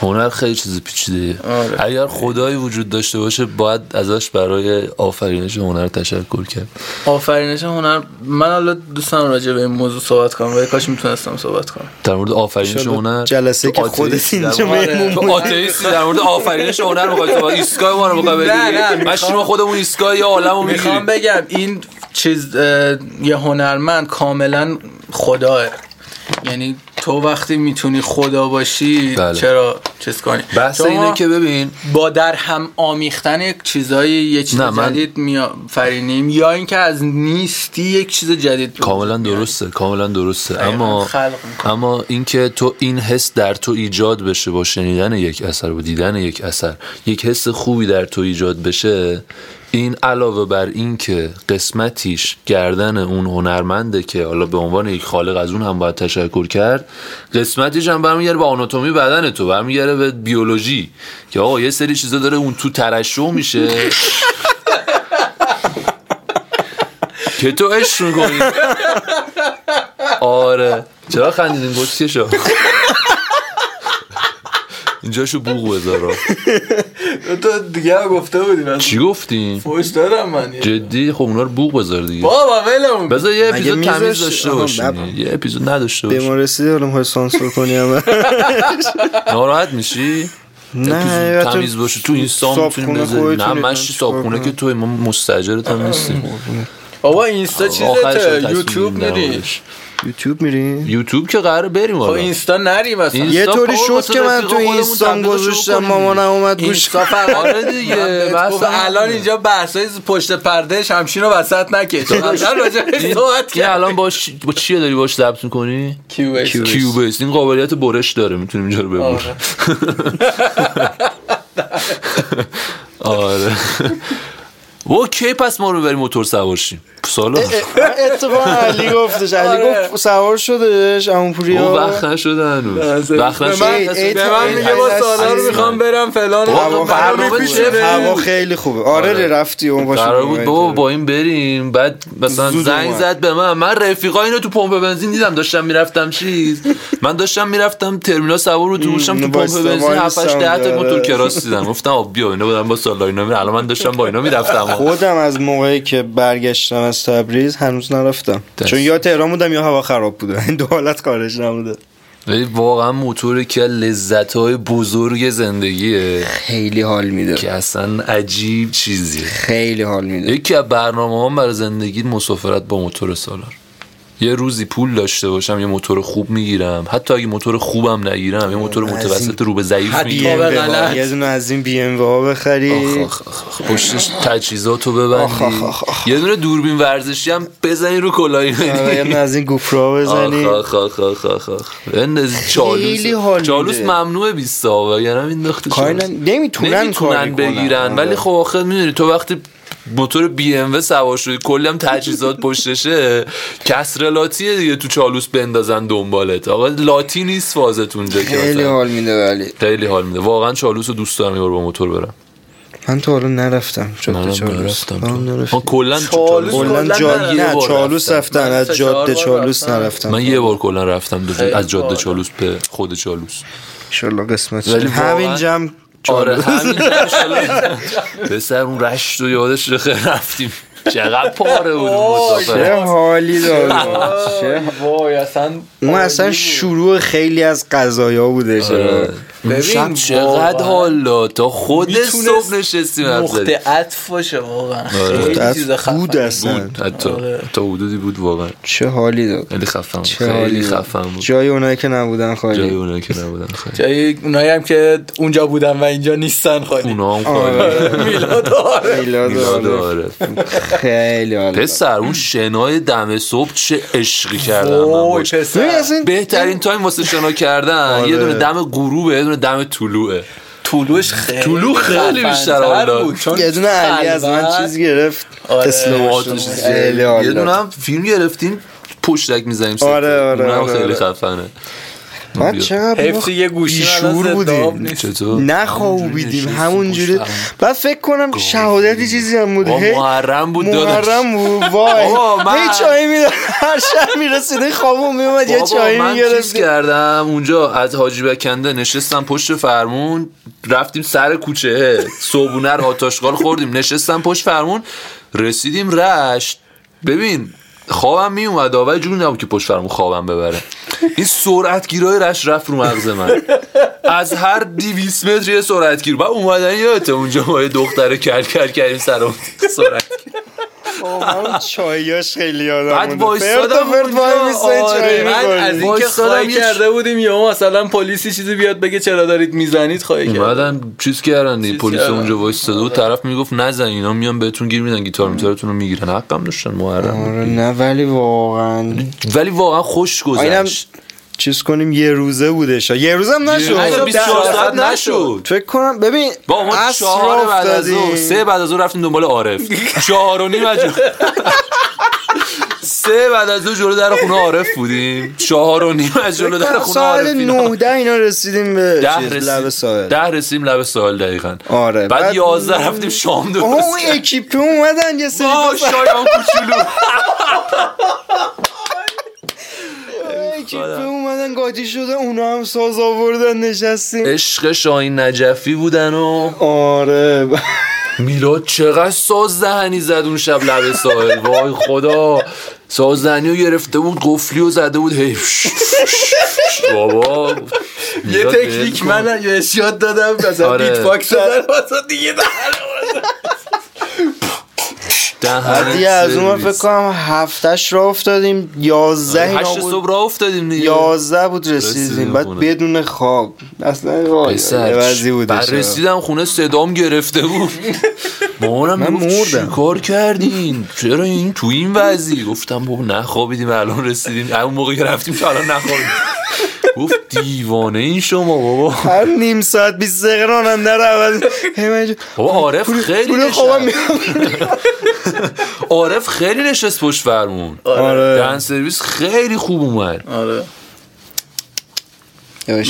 [SPEAKER 1] هنر خیلی چیز پیچیده
[SPEAKER 2] آره.
[SPEAKER 1] اگر خدایی وجود داشته باشه باید ازش برای آفرینش هنر تشکر کرد
[SPEAKER 2] آفرینش هنر من حالا دوستم راجع به این موضوع صحبت کنم ولی کاش میتونستم صحبت کنم
[SPEAKER 1] در مورد آفرینش
[SPEAKER 3] شاید
[SPEAKER 1] هنر
[SPEAKER 3] جلسه
[SPEAKER 1] تو
[SPEAKER 3] که
[SPEAKER 1] آتئیستی
[SPEAKER 3] خودت اینجا
[SPEAKER 1] در مورد-
[SPEAKER 2] مهمون
[SPEAKER 1] تو آتئیستی در مورد آفرینش هنر میخوای تو ایستگاه ما رو میخوای بگی
[SPEAKER 2] نه، نه،
[SPEAKER 1] من
[SPEAKER 2] می‌خوام-
[SPEAKER 1] شما خودمون ایستگاه یه عالمو
[SPEAKER 2] میخوام
[SPEAKER 1] میگیریم
[SPEAKER 2] بگم این چیز اه، یه هنرمند کاملا خداه یعنی تو وقتی میتونی خدا باشی
[SPEAKER 1] بله.
[SPEAKER 2] چرا چیز کنی
[SPEAKER 1] بحث
[SPEAKER 2] شما
[SPEAKER 1] اینه که ببین
[SPEAKER 2] با در هم آمیختن یک چیزای یه چیز
[SPEAKER 1] نه، من-
[SPEAKER 2] جدید می فرینیم یا اینکه از نیستی یک چیز جدید
[SPEAKER 1] کاملا درسته کاملا درسته
[SPEAKER 2] دقیقاً،
[SPEAKER 1] اما
[SPEAKER 2] آره، خلق می‌کنه.
[SPEAKER 1] اما اینکه تو این حس در تو ایجاد بشه با شنیدن یک اثر و دیدن یک اثر یک حس خوبی در تو ایجاد بشه این علاوه بر این که قسمتیش گردن اون هنرمنده که حالا به عنوان یک خالق از اون هم باید تشکر کرد قسمتیش هم برمیگره به آناتومی بدن تو برمیگره به بیولوژی که آقا یه سری چیزا داره اون تو ترشح میشه که تو عشق میکنی آره چرا خندیدین گسکشو اینجاشو بوق بذارا
[SPEAKER 2] تو دیگه هم گفته بودی من
[SPEAKER 1] چی گفتیم
[SPEAKER 2] فوش دادم من یه.
[SPEAKER 1] جدی خب اونا رو بوق بذار دیگه
[SPEAKER 2] بابا ولمون کن.
[SPEAKER 1] بذار یه
[SPEAKER 3] مگه
[SPEAKER 1] اپیزود
[SPEAKER 3] میذاش-
[SPEAKER 1] تمیز داشته
[SPEAKER 3] آها،
[SPEAKER 1] باشیم
[SPEAKER 3] بب-
[SPEAKER 1] یه اپیزود نداشته
[SPEAKER 3] به
[SPEAKER 1] باشیم
[SPEAKER 3] ما رسیدی حالا می‌خوای سانسور کنی همه
[SPEAKER 1] ناراحت میشی
[SPEAKER 3] نه
[SPEAKER 1] اپیزود
[SPEAKER 3] حقیقتا
[SPEAKER 1] تمیز باشه تو اینستا میتونیم
[SPEAKER 3] صابخونه
[SPEAKER 1] بذاریم نه من
[SPEAKER 3] خودتونید، من
[SPEAKER 1] چی
[SPEAKER 3] چیکار
[SPEAKER 1] صابخونه
[SPEAKER 3] کنم؟
[SPEAKER 1] که توی ما مستجرت هم نیستیم
[SPEAKER 2] بابا اینستا
[SPEAKER 1] آخرش رو
[SPEAKER 2] چیزته
[SPEAKER 1] تصمیم
[SPEAKER 2] یوتیوب
[SPEAKER 1] می‌گیریم در
[SPEAKER 2] میری
[SPEAKER 1] موردش.
[SPEAKER 3] یوتیوب میری
[SPEAKER 1] یوتیوب که قراره بریم
[SPEAKER 2] خب
[SPEAKER 1] حالا
[SPEAKER 2] اینستا نری مثلا
[SPEAKER 1] این-
[SPEAKER 3] یه
[SPEAKER 1] اینستا
[SPEAKER 3] طوری
[SPEAKER 1] پا
[SPEAKER 3] شد
[SPEAKER 1] واسه
[SPEAKER 3] که من تو
[SPEAKER 1] رفیقا خودمون
[SPEAKER 3] اینستام
[SPEAKER 1] تبلیغشو
[SPEAKER 3] گوشتم
[SPEAKER 1] بکنیم.
[SPEAKER 3] مامان اومد گوش
[SPEAKER 2] اینستا فقط
[SPEAKER 1] آره دیگه،
[SPEAKER 2] من بهت
[SPEAKER 1] بحث
[SPEAKER 2] گفتم
[SPEAKER 1] همینه.
[SPEAKER 2] خب الان اینجا بحثای پشت پرده شمشین رو وسط نکش قبلا راجع بهش صحبت
[SPEAKER 1] این
[SPEAKER 2] کرد
[SPEAKER 1] یعنی الان باش با چیه داری باش ضبط میکنی؟
[SPEAKER 2] کیوبیس.
[SPEAKER 1] کیوبیس این قابلیت برش داره میتونیم اینجا رو ببر
[SPEAKER 2] آره.
[SPEAKER 1] آره اوکی پس ما رو بریم موتور سوار شیم سالا
[SPEAKER 3] اتفاقا علی گفتش علی
[SPEAKER 2] آره.
[SPEAKER 3] گفت سوار شدش عمو
[SPEAKER 1] او
[SPEAKER 3] پوریا
[SPEAKER 1] وقت نشده هنوز
[SPEAKER 2] به
[SPEAKER 1] وقت
[SPEAKER 2] من-
[SPEAKER 1] نشده
[SPEAKER 3] ای-
[SPEAKER 2] به من
[SPEAKER 3] ای-
[SPEAKER 2] میگه با
[SPEAKER 3] ای-
[SPEAKER 2] سالار
[SPEAKER 3] عزیزم.
[SPEAKER 2] میخوام برم فلان خب،
[SPEAKER 1] آقا،
[SPEAKER 3] هوا
[SPEAKER 1] برنامه
[SPEAKER 3] خیلی
[SPEAKER 1] پیچیده.
[SPEAKER 3] خوبه. هوا خیلی خوبه آره
[SPEAKER 1] آره.
[SPEAKER 3] رفتی اون باشه
[SPEAKER 1] قرار بود بابا با این بریم بعد مثلا
[SPEAKER 3] زود
[SPEAKER 1] زنگ
[SPEAKER 3] اومد.
[SPEAKER 1] زد به من من رفیقا اینو تو پمپ بنزین دیدم داشتم میرفتم چیز من داشتم میرفتم ترمینال سوار رو تو باشم تو
[SPEAKER 3] ام،
[SPEAKER 1] پمپ
[SPEAKER 3] وایسا،
[SPEAKER 1] بنزین 7 8
[SPEAKER 3] وایسا،
[SPEAKER 1] 10 تا
[SPEAKER 3] آره.
[SPEAKER 1] موتور کراس دیدم گفتم آب بیا اینا برم با سالا اینا میرم الان من داشتم با اینا میرفتم
[SPEAKER 3] خودم از موقعی که برگشتم از تبریز هنوز نرفتم
[SPEAKER 1] دست.
[SPEAKER 3] چون یا تهران بودم یا هوا خراب بوده این دو حالت کارش نبوده
[SPEAKER 1] ولی واقعا موتور که لذت های بزرگ زندگیه
[SPEAKER 3] خیلی حال میده
[SPEAKER 1] که اصلا عجیب چیزیه
[SPEAKER 3] خیلی حال میده
[SPEAKER 1] یکی از برنامه هم برای زندگی مسافرت با موتور سالار یه روزی پول داشته باشم یه موتور خوب میگیرم حتی اگه موتور خوبم نگیرم یه موتور
[SPEAKER 3] عظیم.
[SPEAKER 1] متوسط رو به ضعیف
[SPEAKER 2] حتی
[SPEAKER 1] میگیرم
[SPEAKER 2] به غلط.
[SPEAKER 3] یه دونه از این بی ام ها
[SPEAKER 1] آخ،
[SPEAKER 3] بخری
[SPEAKER 1] آخ، آخ، آخ، پشتش تجهیزات رو ببندی
[SPEAKER 3] آخ، آخ، آخ، آخ.
[SPEAKER 1] یه دونه دوربین ورزشی هم بزنی رو کلاهی
[SPEAKER 3] آره، یه دونه
[SPEAKER 1] بدی
[SPEAKER 3] از این گوپرا بزنی
[SPEAKER 1] آخ آخ آخ آخ آخ آخ بندازی
[SPEAKER 3] خیلی حال
[SPEAKER 1] چالوس
[SPEAKER 3] میده.
[SPEAKER 1] چالوس ممنوعه 20 تا وگرنه این
[SPEAKER 3] کار نم- نمیتونن
[SPEAKER 1] نمیتونن
[SPEAKER 3] کاری کنن.
[SPEAKER 1] بگیرن
[SPEAKER 3] آره.
[SPEAKER 1] ولی خب آخر میدونی تو وقتی موتور بی ام و سوار شدی کلی هم تجهیزات پشتشه کسر لاتیه دیگه تو چالوس بندازن دنبالت آقا لاتی نیست فازت اونجا که
[SPEAKER 3] خیلی
[SPEAKER 1] مثلا.
[SPEAKER 3] حال میده ولی
[SPEAKER 1] خیلی حال میده واقعا چالوس رو دوست دارم یه بار با موتور برم
[SPEAKER 3] من تا حالا نرفتم
[SPEAKER 1] منم
[SPEAKER 3] جاده چالوس
[SPEAKER 1] نرفتم. خب،
[SPEAKER 3] من نرفتم.
[SPEAKER 1] من کلا تو
[SPEAKER 2] چالوس
[SPEAKER 1] چالوس
[SPEAKER 2] کلاً
[SPEAKER 3] کلا جا...
[SPEAKER 2] نرفتم.
[SPEAKER 3] نه
[SPEAKER 1] یه بار
[SPEAKER 3] چالوس
[SPEAKER 1] رفتم.
[SPEAKER 3] رفتن
[SPEAKER 2] من
[SPEAKER 3] از
[SPEAKER 2] سه چهار
[SPEAKER 3] جاده
[SPEAKER 2] بار
[SPEAKER 3] چالوس
[SPEAKER 2] رفتم.
[SPEAKER 3] نرفتم
[SPEAKER 1] من یه بار کلا رفتم دو
[SPEAKER 2] خیلی
[SPEAKER 1] از جاده
[SPEAKER 2] باحال.
[SPEAKER 1] چالوس به خود چالوس
[SPEAKER 3] انشالله قسمت
[SPEAKER 1] ولی
[SPEAKER 3] شد. همین
[SPEAKER 1] واقعاً-
[SPEAKER 3] جمع
[SPEAKER 1] آره
[SPEAKER 3] چالوس.
[SPEAKER 1] همین انشالله. پسر اون رشت و یادش بخیر رفتیم چقدر پاره بود اون مسافر
[SPEAKER 3] چه حالی داد چه-
[SPEAKER 2] وای اصلا
[SPEAKER 3] اون اصلا
[SPEAKER 1] آره.
[SPEAKER 3] شروع خیلی از قضایا بودش
[SPEAKER 1] اون
[SPEAKER 2] ببین،
[SPEAKER 1] شب چقدر
[SPEAKER 2] واقعاً
[SPEAKER 1] حالا تا خود
[SPEAKER 2] میتونست
[SPEAKER 1] صبح نشستیم حرف زدیم.
[SPEAKER 2] نقطه عطف باشه واقعا خیلی چیز
[SPEAKER 3] مدت آره. بود
[SPEAKER 2] خفنی
[SPEAKER 3] اصلا
[SPEAKER 1] بود حتی
[SPEAKER 2] آره.
[SPEAKER 1] تا حدودی بود واقعا
[SPEAKER 3] چه حالی داد
[SPEAKER 1] خیلی خفم
[SPEAKER 3] چه حالی
[SPEAKER 1] خیلی
[SPEAKER 3] داد.
[SPEAKER 1] خفم بود
[SPEAKER 3] جای اونایی که نبودن
[SPEAKER 1] جای
[SPEAKER 3] خالی
[SPEAKER 1] اونایی که نبودن خیلی
[SPEAKER 2] جایی اونایی هم که اونجا بودن و اینجا نیستن خالی
[SPEAKER 1] اونا هم خالی
[SPEAKER 3] آره.
[SPEAKER 2] میلاد آره.
[SPEAKER 3] میلاد
[SPEAKER 1] میلاد
[SPEAKER 3] آره.
[SPEAKER 1] آره
[SPEAKER 3] خیلی حالی داد.
[SPEAKER 1] پسر اون شنای دم صبح چه عشقی کردم من
[SPEAKER 2] وای
[SPEAKER 1] باش
[SPEAKER 3] ببین
[SPEAKER 2] پسر
[SPEAKER 3] اصلا
[SPEAKER 1] بهترین تایم واسه شنا کردن
[SPEAKER 3] آره.
[SPEAKER 1] یه دونه دم غروبه یه دونه دم طلوعه
[SPEAKER 2] طولوش خیلی
[SPEAKER 1] طلوع خیلی بیشتر
[SPEAKER 2] خفن‌تر
[SPEAKER 1] حالا.
[SPEAKER 2] بود، چون
[SPEAKER 3] یه دونه علی از من
[SPEAKER 2] خلوت.
[SPEAKER 3] چیز گرفت
[SPEAKER 2] آره.
[SPEAKER 3] اسلامش رو.
[SPEAKER 1] آتش
[SPEAKER 3] خیلی حالی
[SPEAKER 1] یه
[SPEAKER 3] داد.
[SPEAKER 1] دونه هم فیلم گرفتیم پشتک میزنیم سفره.
[SPEAKER 3] آره، آره،
[SPEAKER 1] اونم
[SPEAKER 3] آره،
[SPEAKER 1] خیلی
[SPEAKER 3] آره.
[SPEAKER 1] خفنه
[SPEAKER 3] من
[SPEAKER 1] بیا.
[SPEAKER 3] چقدر ما
[SPEAKER 2] حفظ یه گوشی الان
[SPEAKER 3] بیشعور
[SPEAKER 2] زنده آب
[SPEAKER 3] بودیم
[SPEAKER 2] نیست.
[SPEAKER 1] چطور
[SPEAKER 3] نخوابیدیم
[SPEAKER 1] نشستیم
[SPEAKER 3] همونجوری
[SPEAKER 1] پشت هم.
[SPEAKER 3] بعد فکر کنم شهادتی چیزی هم بود
[SPEAKER 1] آه،
[SPEAKER 3] خب، هی-
[SPEAKER 1] محرم بود داداش.
[SPEAKER 3] محرم بود وای
[SPEAKER 1] آه، من-
[SPEAKER 3] هی چای میداد هر شب میرسیده خوابون میومد یه
[SPEAKER 1] بابا،
[SPEAKER 3] چای
[SPEAKER 1] من چیز
[SPEAKER 3] میگرفت
[SPEAKER 1] کردم اونجا از حاجی بکنده نشستم پشت فرمون رفتیم سر کوچه صبونه رو آتاشغال خوردیم نشستم پشت فرمون رسیدیم رشت ببین خوابم می اومد آوه جون نبود که پشت فرمون خوابم ببره این سرعتگیرای رشت رفت رو مغز من از هر 200 متر یه سرعتگیر بعد اومدن یادت اونجا ما یه دختر کل کل کردیم سر اون سرعت
[SPEAKER 3] من چایاش خیلی یادم
[SPEAKER 1] بعد
[SPEAKER 3] مونده.
[SPEAKER 1] وایستادم
[SPEAKER 3] فرد و فرد
[SPEAKER 1] اونجا،
[SPEAKER 3] وای می‌سته
[SPEAKER 1] آره،
[SPEAKER 3] چای
[SPEAKER 2] من از
[SPEAKER 3] می‌خوردیم.
[SPEAKER 2] اینکه
[SPEAKER 1] وایستادم
[SPEAKER 2] خواهی
[SPEAKER 1] یه-
[SPEAKER 2] کرده بودیم یا مثلا پلیسی چیزی بیاد بگه چرا دارید میزنید خواهی کرد
[SPEAKER 1] اومدن چیز کردن دیگه
[SPEAKER 2] چیز
[SPEAKER 1] پلیس
[SPEAKER 2] کردن.
[SPEAKER 1] اونجا وایستاده بود طرف میگفت نزن اینا میان بهتون گیر میدن گیتار میتارتون رو میگیرن حقم داشتن محرم
[SPEAKER 3] آره نه ولی واقعا
[SPEAKER 1] ولی واقعا خوش
[SPEAKER 3] اینم
[SPEAKER 1] گذشت
[SPEAKER 3] چیز کنیم یه روزه بودش یه روزم
[SPEAKER 1] اصلا
[SPEAKER 3] نشد
[SPEAKER 1] 24
[SPEAKER 3] در-
[SPEAKER 1] ساعت نشد
[SPEAKER 3] فکر کنم ببین
[SPEAKER 1] با ما
[SPEAKER 3] عصر
[SPEAKER 1] چهار بعد از
[SPEAKER 3] افتادیم.
[SPEAKER 1] او سه بعد از او رفتیم دنبال عارف چهار و نیم از جلو- سه بعد از او جلو در خونه عارف بودیم چهار و نیم از جلو در خونه عارف
[SPEAKER 3] ساعت
[SPEAKER 1] اینا.
[SPEAKER 3] 9 ده اینا رسیدیم به
[SPEAKER 1] ده
[SPEAKER 3] چیز
[SPEAKER 1] رسیم-
[SPEAKER 3] لب ساحل
[SPEAKER 1] ده رسیم لب ساحل دقیقا
[SPEAKER 3] آره
[SPEAKER 1] بعد یازده رفتیم شام
[SPEAKER 3] آه،
[SPEAKER 1] درست
[SPEAKER 3] اون اکیپ که اومدن یه سری
[SPEAKER 1] آه شایان کوچولو
[SPEAKER 3] اکیپ اومدن قاطی شدن اونا هم ساز آوردن نشستیم
[SPEAKER 1] عشق شاهین نجفی بودن و
[SPEAKER 3] آره
[SPEAKER 1] میلاد چقدر ساز دهنی زد اون شب لب ساحل وای خدا ساز دهنی رو گرفته بود قفلی و زده بود هی بابا
[SPEAKER 2] یه
[SPEAKER 1] میلاد ول
[SPEAKER 2] تکنیک
[SPEAKER 1] کن.
[SPEAKER 2] من یه اشیاد دادم مثلا
[SPEAKER 1] آره.
[SPEAKER 2] بیت باکس دادن واسه دیگه در
[SPEAKER 1] دهنت
[SPEAKER 3] بعد یه از اون ور
[SPEAKER 1] سرویس. آره،
[SPEAKER 3] فکر کنم هفتش را افتادیم یازده اینا
[SPEAKER 1] هشت
[SPEAKER 3] بود
[SPEAKER 1] صبح راه افتادیم دیگه
[SPEAKER 3] یازده بود رسیدیم
[SPEAKER 1] رسیدیم
[SPEAKER 3] بعد
[SPEAKER 1] خونه.
[SPEAKER 3] بدون خواب اصلا وای، یه
[SPEAKER 1] پسر
[SPEAKER 3] وضعی بود
[SPEAKER 1] بعد رسیدم خونه صدام گرفته بود مامانم
[SPEAKER 3] من
[SPEAKER 1] میگفت
[SPEAKER 3] مردم.
[SPEAKER 1] چیکار کردین چرا این تو این وضعی گفتم بابا نخوابیدیم الان رسیدیم اون موقعی که رفتیم که الان نخوابیدیم گفت دیوانه این شما بابا
[SPEAKER 3] هر نیم ساعت 20 دقیقه راننده رو عوض هی من اینجا-
[SPEAKER 1] بابا عارف خیلی
[SPEAKER 3] پول خوابم
[SPEAKER 1] نشست
[SPEAKER 3] میاد
[SPEAKER 1] عارف خیلی نشست پشت فرمون دهن
[SPEAKER 3] آره.
[SPEAKER 1] سرویس خیلی خوب اومد
[SPEAKER 2] آره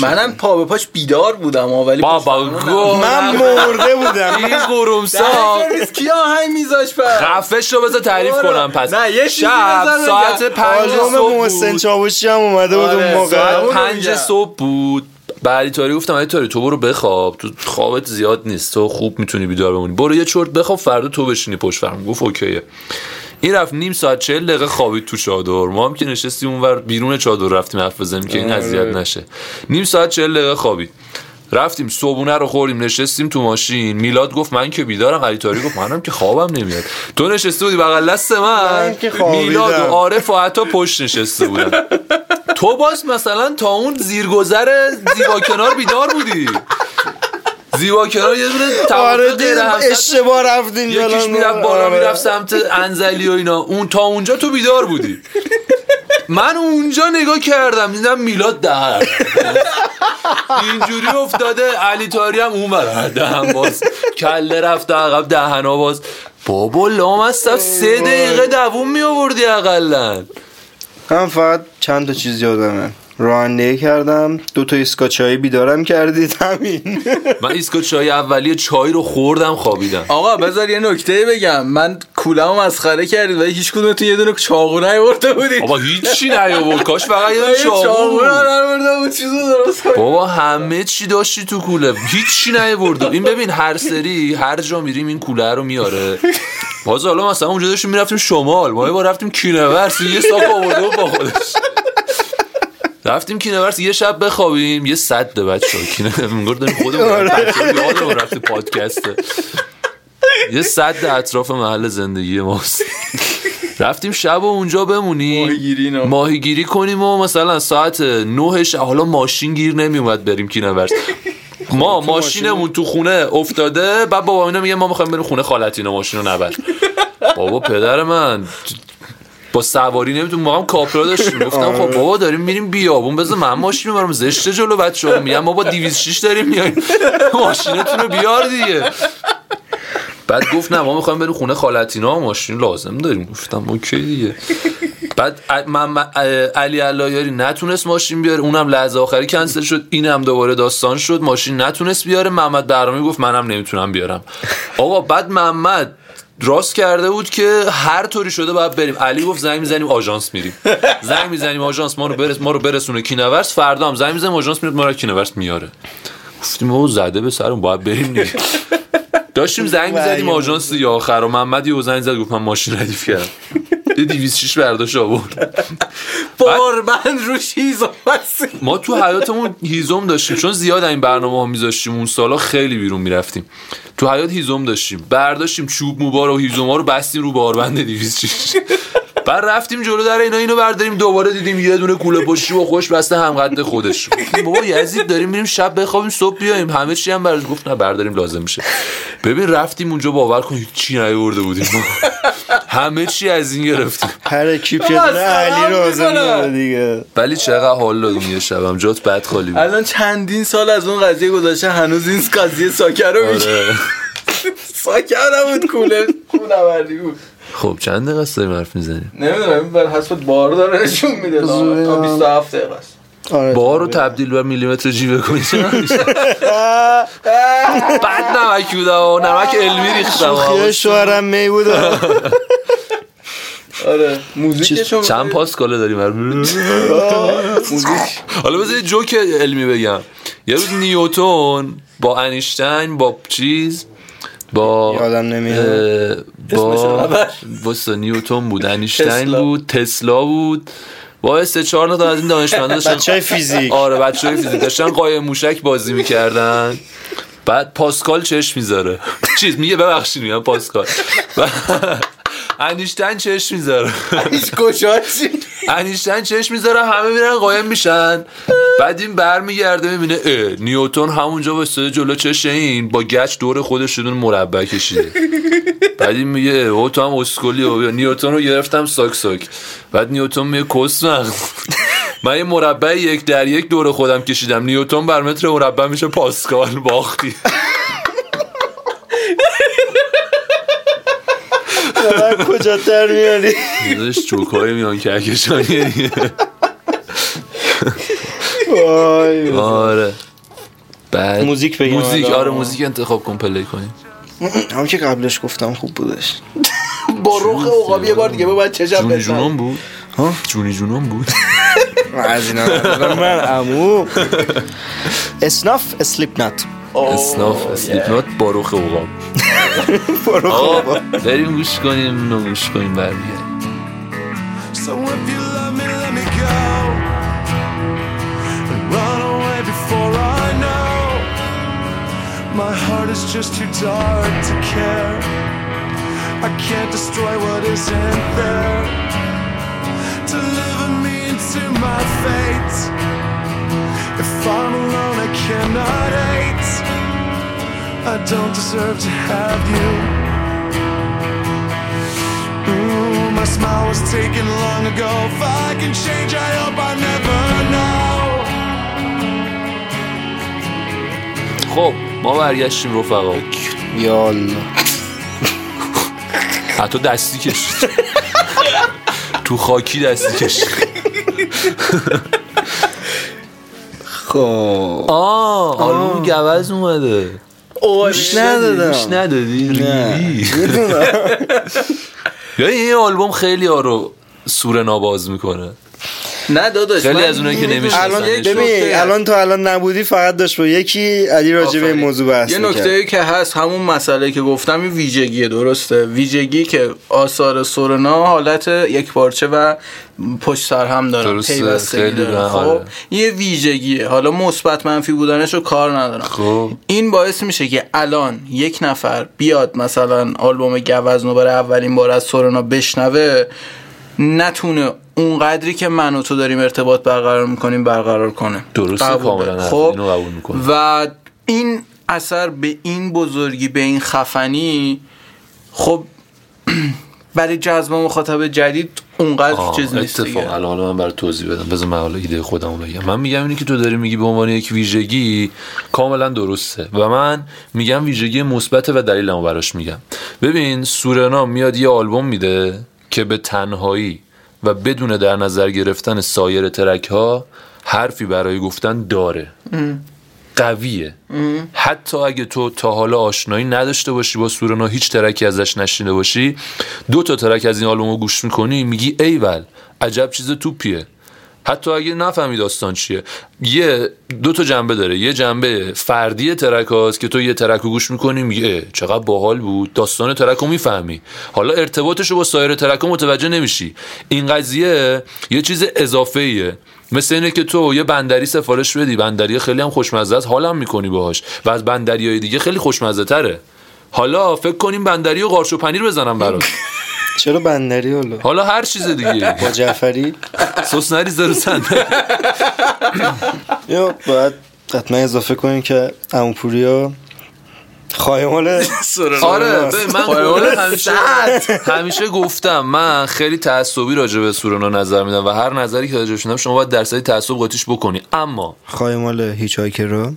[SPEAKER 2] منم پا به پاش بیدار بودم ها، ولی
[SPEAKER 1] بابا
[SPEAKER 2] پشت
[SPEAKER 1] گو
[SPEAKER 3] من مرده بودم
[SPEAKER 1] این
[SPEAKER 2] سرم
[SPEAKER 1] گرومسا
[SPEAKER 2] نبود. سرویس کیا آهنگ میذاش پر
[SPEAKER 1] خفش رو بذار تعریف
[SPEAKER 2] آره.
[SPEAKER 1] کنم پس
[SPEAKER 2] نه، یه چیزی
[SPEAKER 1] شب
[SPEAKER 2] بذار بگم.
[SPEAKER 1] ساعت پنج
[SPEAKER 3] آلبوم
[SPEAKER 1] آره، صبح
[SPEAKER 3] محسن
[SPEAKER 1] بود.
[SPEAKER 3] چاوشی هم اومده بود
[SPEAKER 2] آره،
[SPEAKER 3] اون
[SPEAKER 1] ساعت
[SPEAKER 3] موقع
[SPEAKER 2] اونو
[SPEAKER 1] پنج
[SPEAKER 2] میگم.
[SPEAKER 1] صبح بود بعدی تاری گفتم علی تاری تو برو بخواب تو خوابت زیاد نیست تو خوب میتونی بیدار بمونی برو یه چرت بخواب فردا تو بشینی پشت فرم گفت اوکیه این رفت نیم ساعت چهل دقیقه خوابید تو چادر ما هم که نشستیم اونور بیرون چادر رفتیم حرف بزنیم که این
[SPEAKER 3] آره.
[SPEAKER 1] اذیت نشه نیم ساعت چهل دقیقه خوابید رفتیم صبونه رو خوردیم نشستیم تو ماشین میلاد گفت من که بیدارم علی تاری گفت منم که خوابم نمیاد تو نشسته بودی بغل دست من
[SPEAKER 3] من که خوابیدم.
[SPEAKER 1] میلاد و عارف و حتی پشت نشسته بودن تو باز مثلا تا اون زیرگذر زیبا کنار بیدار بودی زیبا کنار یه دونه
[SPEAKER 3] آره
[SPEAKER 1] تفاوت غیر
[SPEAKER 3] دیدم
[SPEAKER 1] همسط
[SPEAKER 3] اشتباه رفتیم
[SPEAKER 1] یکیش
[SPEAKER 3] فلان.
[SPEAKER 1] میرفت بالا
[SPEAKER 3] آره.
[SPEAKER 1] میرفت سمت انزلی و اینا اون تا اونجا تو بیدار بودی من اونجا نگاه کردم دیدم میلاد دهر اینجوری افتاده علی تاری هم اون بر دهن باز کله رفت عقب دهنا باز بابا لامصب سه دقیقه دووم می آوردی اقلا
[SPEAKER 3] من فقط چند تا چیز یادمه رانندگی کردم دو تا اسکاچایی بیدارم کردید همین
[SPEAKER 1] من ایسکو چای اولی چای رو خوردم خوابیدم
[SPEAKER 2] آقا بذار یه نکته بگم من کولمو مسخره کردید ولی هیچ کدومتون یه دونه چاقو نیورده بودید
[SPEAKER 1] بابا هیچی نیاورد کاش فقط یه دونه
[SPEAKER 2] یه
[SPEAKER 1] چاقو
[SPEAKER 2] چاقو
[SPEAKER 1] بود.
[SPEAKER 2] نیورده بود چیزو درست کنید.
[SPEAKER 1] بابا همه چی داشتی تو کوله هیچی نیاورد این ببین هر سری هر جا میریم این کوله رو میاره باز حالا مثلا اونجا داشتیم میرفتیم شمال ما یه بار رفتیم کینورس یه ساک آورده بود با خودش رفتیم کینورس یه شب بخوابیم یه صد بچه ها کینورس داریم خودمون بچه‌ها یادمون رفته پادکسته یه صد اطراف محل زندگی ماست رفتیم شب و اونجا بمونیم
[SPEAKER 2] ماهیگیری نه.
[SPEAKER 1] ماهیگیری کنیم و مثلا ساعت نهش حالا ماشین گیر نمیومد بریم کینورس ما ماشینمون تو خونه افتاده بعد بابا اینا میگه ما میخوایم بریم خونه خالت اینا ماشین رو نبر بابا پدر من با سواری نمیتون ما هم کاپلا داشتیم گفتم خب بابا داریم میریم بیابون بذار من ماشین رو برام زشته جلو بچه‌ها میگم ما با 206 داریم میایم ماشینتون رو بیار دیگه بعد گفت نه ما میخوایم بریم خونه خالتینا ماشین لازم داریم گفتم اوکی دیگه بعد ا- من من- ا- علی علایاری نتونست ماشین بیاره اونم لحظه آخری کنسل شد اینم دوباره داستان شد ماشین نتونست بیاره محمد برنامه گفت منم نمیتونم بیارم آقا بعد محمد راست کرده بود که هر طوری شده باید بریم علی گفت زنگ میزنیم آژانس میریم زنگ میزنیم آژانس ما رو برس ما رو برسونه کینورس فردا هم زنگ میزنیم آژانس میره ما رو کینورس میاره گفتیم او زده به سرم باید بریم دیگه داشتیم زنگ میزدیم آژانس دیگه آخر و محمد یه زنگ زد گفت من ماشین ردیف کردم یه 206 برداشت آورد
[SPEAKER 2] بار من رو چیز آمد
[SPEAKER 1] ما تو حیاتمون هیزم داشتیم چون زیاد این برنامه ها میذاشتیم اون سالا خیلی بیرون میرفتیم تو حیات هیزم داشتیم برداشتیم چوب موبار و هیزم ها رو بستیم رو باروند 206 بعد رفتیم جلو در اینا اینو برداریم دوباره دیدیم یه دونه کوله پشتی با خوش بسته همقد خودش گفتیم بابا یزید داریم میریم شب بخوابیم صبح بیایم همه چی هم براش گفت نه برداریم لازم میشه ببین رفتیم اونجا باور کن چی نیورده بودیم همه چی از این گرفتیم
[SPEAKER 3] هر اکیپ یه دونه علی
[SPEAKER 2] سلام
[SPEAKER 3] رازم
[SPEAKER 2] می‌کنم.
[SPEAKER 3] داره دیگه
[SPEAKER 1] ولی چقدر حال دادیم یه شبم جات بد خالی بود.
[SPEAKER 2] الان چندین سال از اون قضیه گذشته هنوز این قضیه ساکر رو میگه
[SPEAKER 1] آره.
[SPEAKER 2] ساکر نبود کوله کولوردی بود
[SPEAKER 1] خب چند دقیقه است داریم حرف میزنیم
[SPEAKER 2] نمیدونم این بر حسب بار داره نشون میده
[SPEAKER 3] زوری
[SPEAKER 2] تا
[SPEAKER 3] هم.
[SPEAKER 2] 27 دقیقه است
[SPEAKER 3] آره
[SPEAKER 1] بار رو تبدیل به میلیمتر جیوه کنی بعد نمک بودم و نمک علمی ریختم
[SPEAKER 3] شوخی شوهرم می بود
[SPEAKER 2] آره موزیکشون
[SPEAKER 1] چند پاسکاله داریم
[SPEAKER 2] موزیک
[SPEAKER 1] حالا بذار یه جوک علمی بگم یه روز نیوتون با انیشتین با چیز با
[SPEAKER 3] یادم نمیاد
[SPEAKER 1] اه، با
[SPEAKER 2] اسمشو نبر.
[SPEAKER 1] واسه نیوتن بود انیشتین
[SPEAKER 2] تسلا.
[SPEAKER 1] بود تسلا بود با سه چهار تا از این دانشمندا داشتن
[SPEAKER 3] بچه فیزیک
[SPEAKER 1] آره بچه های فیزیک داشتن قایم موشک بازی میکردن بعد پاسکال چشم میذاره چیز میگه ببخشید میگم پاسکال بعد انیشتن چشم میذاره
[SPEAKER 2] هیچ گشاشی
[SPEAKER 1] انیشتن چشم میذاره همه میرن قایم میشن بعد این برمیگرده میبینه اه نیوتن همونجا واسه جلو چش این با گچ دور خودش یه دونه مربع کشیده بعد این میگه اه، او تو هم اسکلی و نیوتن رو گرفتم ساک ساک بعد نیوتن میگه کس نخ. من یه مربع یک در یک دور خودم کشیدم نیوتن بر متر مربع میشه پاسکال باختی
[SPEAKER 3] دارم کجا تر میاری
[SPEAKER 1] داداش چوکای میان کهکشانی دیگه.
[SPEAKER 3] وای
[SPEAKER 1] آره بعد
[SPEAKER 3] موزیک بگیم
[SPEAKER 1] موزیک
[SPEAKER 3] حالا.
[SPEAKER 1] آره موزیک انتخاب کن پلی کنیم
[SPEAKER 3] هم که قبلش گفتم خوب بودش
[SPEAKER 2] با رخ عقاب یه بار دیگه به بعد چشم
[SPEAKER 1] جونی
[SPEAKER 2] بزن
[SPEAKER 1] جونم بود
[SPEAKER 3] ها؟
[SPEAKER 1] جونی جونم بود
[SPEAKER 3] از اینا ندارم من امو اسناف اسلیپ نت
[SPEAKER 2] آه.
[SPEAKER 3] Oh,
[SPEAKER 1] اسناف اسلیپنات باروخ اوقام آقا بریم گوش کنیم نو گوش کنیم برمیگردیم
[SPEAKER 4] So if you love me, let me go. And run away before I know. My heart is just too dark to care. I can't destroy what isn't there. Deliver me into my fate. If I'm alone, I cannot hate. I don't deserve to have you. Ooh, my smile was taken long ago. If I can change, I hope I never know.
[SPEAKER 1] خب ما برگشتیم رفقا
[SPEAKER 3] یالا
[SPEAKER 1] حتی دستی کشید تو خاکی دستی کشید
[SPEAKER 3] خب
[SPEAKER 1] آه آلبوم گوز اومده
[SPEAKER 3] گوش ندادم
[SPEAKER 1] گوش ندادی
[SPEAKER 3] نه.
[SPEAKER 1] ریدی؟ یا این آلبوم خیلی ها رو سور ناباز میکنه
[SPEAKER 2] نه داداش
[SPEAKER 1] خیلی
[SPEAKER 2] من
[SPEAKER 1] از اونایی که
[SPEAKER 2] می‌دونم.
[SPEAKER 1] نمی‌شناسن.
[SPEAKER 3] الان
[SPEAKER 1] شناسنش
[SPEAKER 3] ببین
[SPEAKER 2] نکته.
[SPEAKER 3] الان تو الان نبودی فقط داشت با یکی علی راجع به این
[SPEAKER 2] آفرین.
[SPEAKER 3] موضوع بحث
[SPEAKER 2] یه
[SPEAKER 3] می‌کرد.
[SPEAKER 2] نکته که هست همون مسئله که گفتم این ویژگیه درسته ویژگی که آثار سورنا حالت یک پارچه و پشت سر هم داره
[SPEAKER 1] درسته.
[SPEAKER 2] پیوستگی
[SPEAKER 1] خیلی
[SPEAKER 2] داره
[SPEAKER 1] دارن،
[SPEAKER 2] خب
[SPEAKER 1] آره.
[SPEAKER 2] یه ویژگیه حالا مثبت منفی بودنش رو کار ندارم
[SPEAKER 1] خب.
[SPEAKER 2] این باعث میشه که الان یک نفر بیاد مثلا آلبوم گوزنو برای اولین بار از سورنا بشنوه نتونه اون قدری که من و تو داریم ارتباط برقرار میکنیم برقرار کنه
[SPEAKER 1] درسته،
[SPEAKER 2] قبوله.
[SPEAKER 1] کاملا حرف
[SPEAKER 2] خب
[SPEAKER 1] اینو قبول می‌کنم.
[SPEAKER 2] و این اثر به این بزرگی به این خفنی خب برای جذب مخاطب جدید اونقدر
[SPEAKER 1] آه،
[SPEAKER 2] چیز نیست
[SPEAKER 1] اتفاق
[SPEAKER 2] دیگه.
[SPEAKER 1] الان حالا من برای توضیح بدم بذار من حالا ایده خودم رو بگم من میگم اینی که تو داری میگی به عنوان یک ویژگی کاملا درسته و من میگم ویژگی مثبت و دلیلمو براش میگم ببین سورنا میاد یه آلبوم میده که به تنهایی و بدون در نظر گرفتن سایر ترک ها حرفی برای گفتن داره قویه حتی اگه تو تا حالا آشنایی نداشته باشی با سورنا هیچ ترکی ازش نشنیده باشی دو تا ترک از این آلبوم رو گوش میکنی میگی ایول عجب چیز توپیه حتی اگه نفهمی داستان چیه یه دو تا جنبه داره یه جنبه فردی ترک هاست که تو یه ترک رو گوش میکنی میگه اه، چقدر باحال بود داستان ترک رو میفهمی حالا ارتباطش رو با سایر ترک ها متوجه نمیشی این قضیه یه چیز اضافه مثل اینه که تو یه بندری سفارش بدی بندری خیلی هم خوشمزه است حالم میکنی باهاش و از بندری های دیگه خیلی خوشمزه تره حالا فکر کنیم بندری و قارچ و پنیر بزنم برات
[SPEAKER 3] چرا بندری حالا
[SPEAKER 1] حالا هر چیز دیگه
[SPEAKER 3] با جعفری
[SPEAKER 1] سس نریزه رو صندلی.
[SPEAKER 3] یا باید حتما اضافه کنیم که اموپوریا خایمال
[SPEAKER 1] آره به من
[SPEAKER 2] خیال
[SPEAKER 1] کلاً همیشه همیشه گفتم من خیلی تعصبی راجع به سورنا نظر میدم و هر نظری که راجع میدم شما باید درصدی تعصب قاطیش بکنی اما
[SPEAKER 3] خایمال هیچ را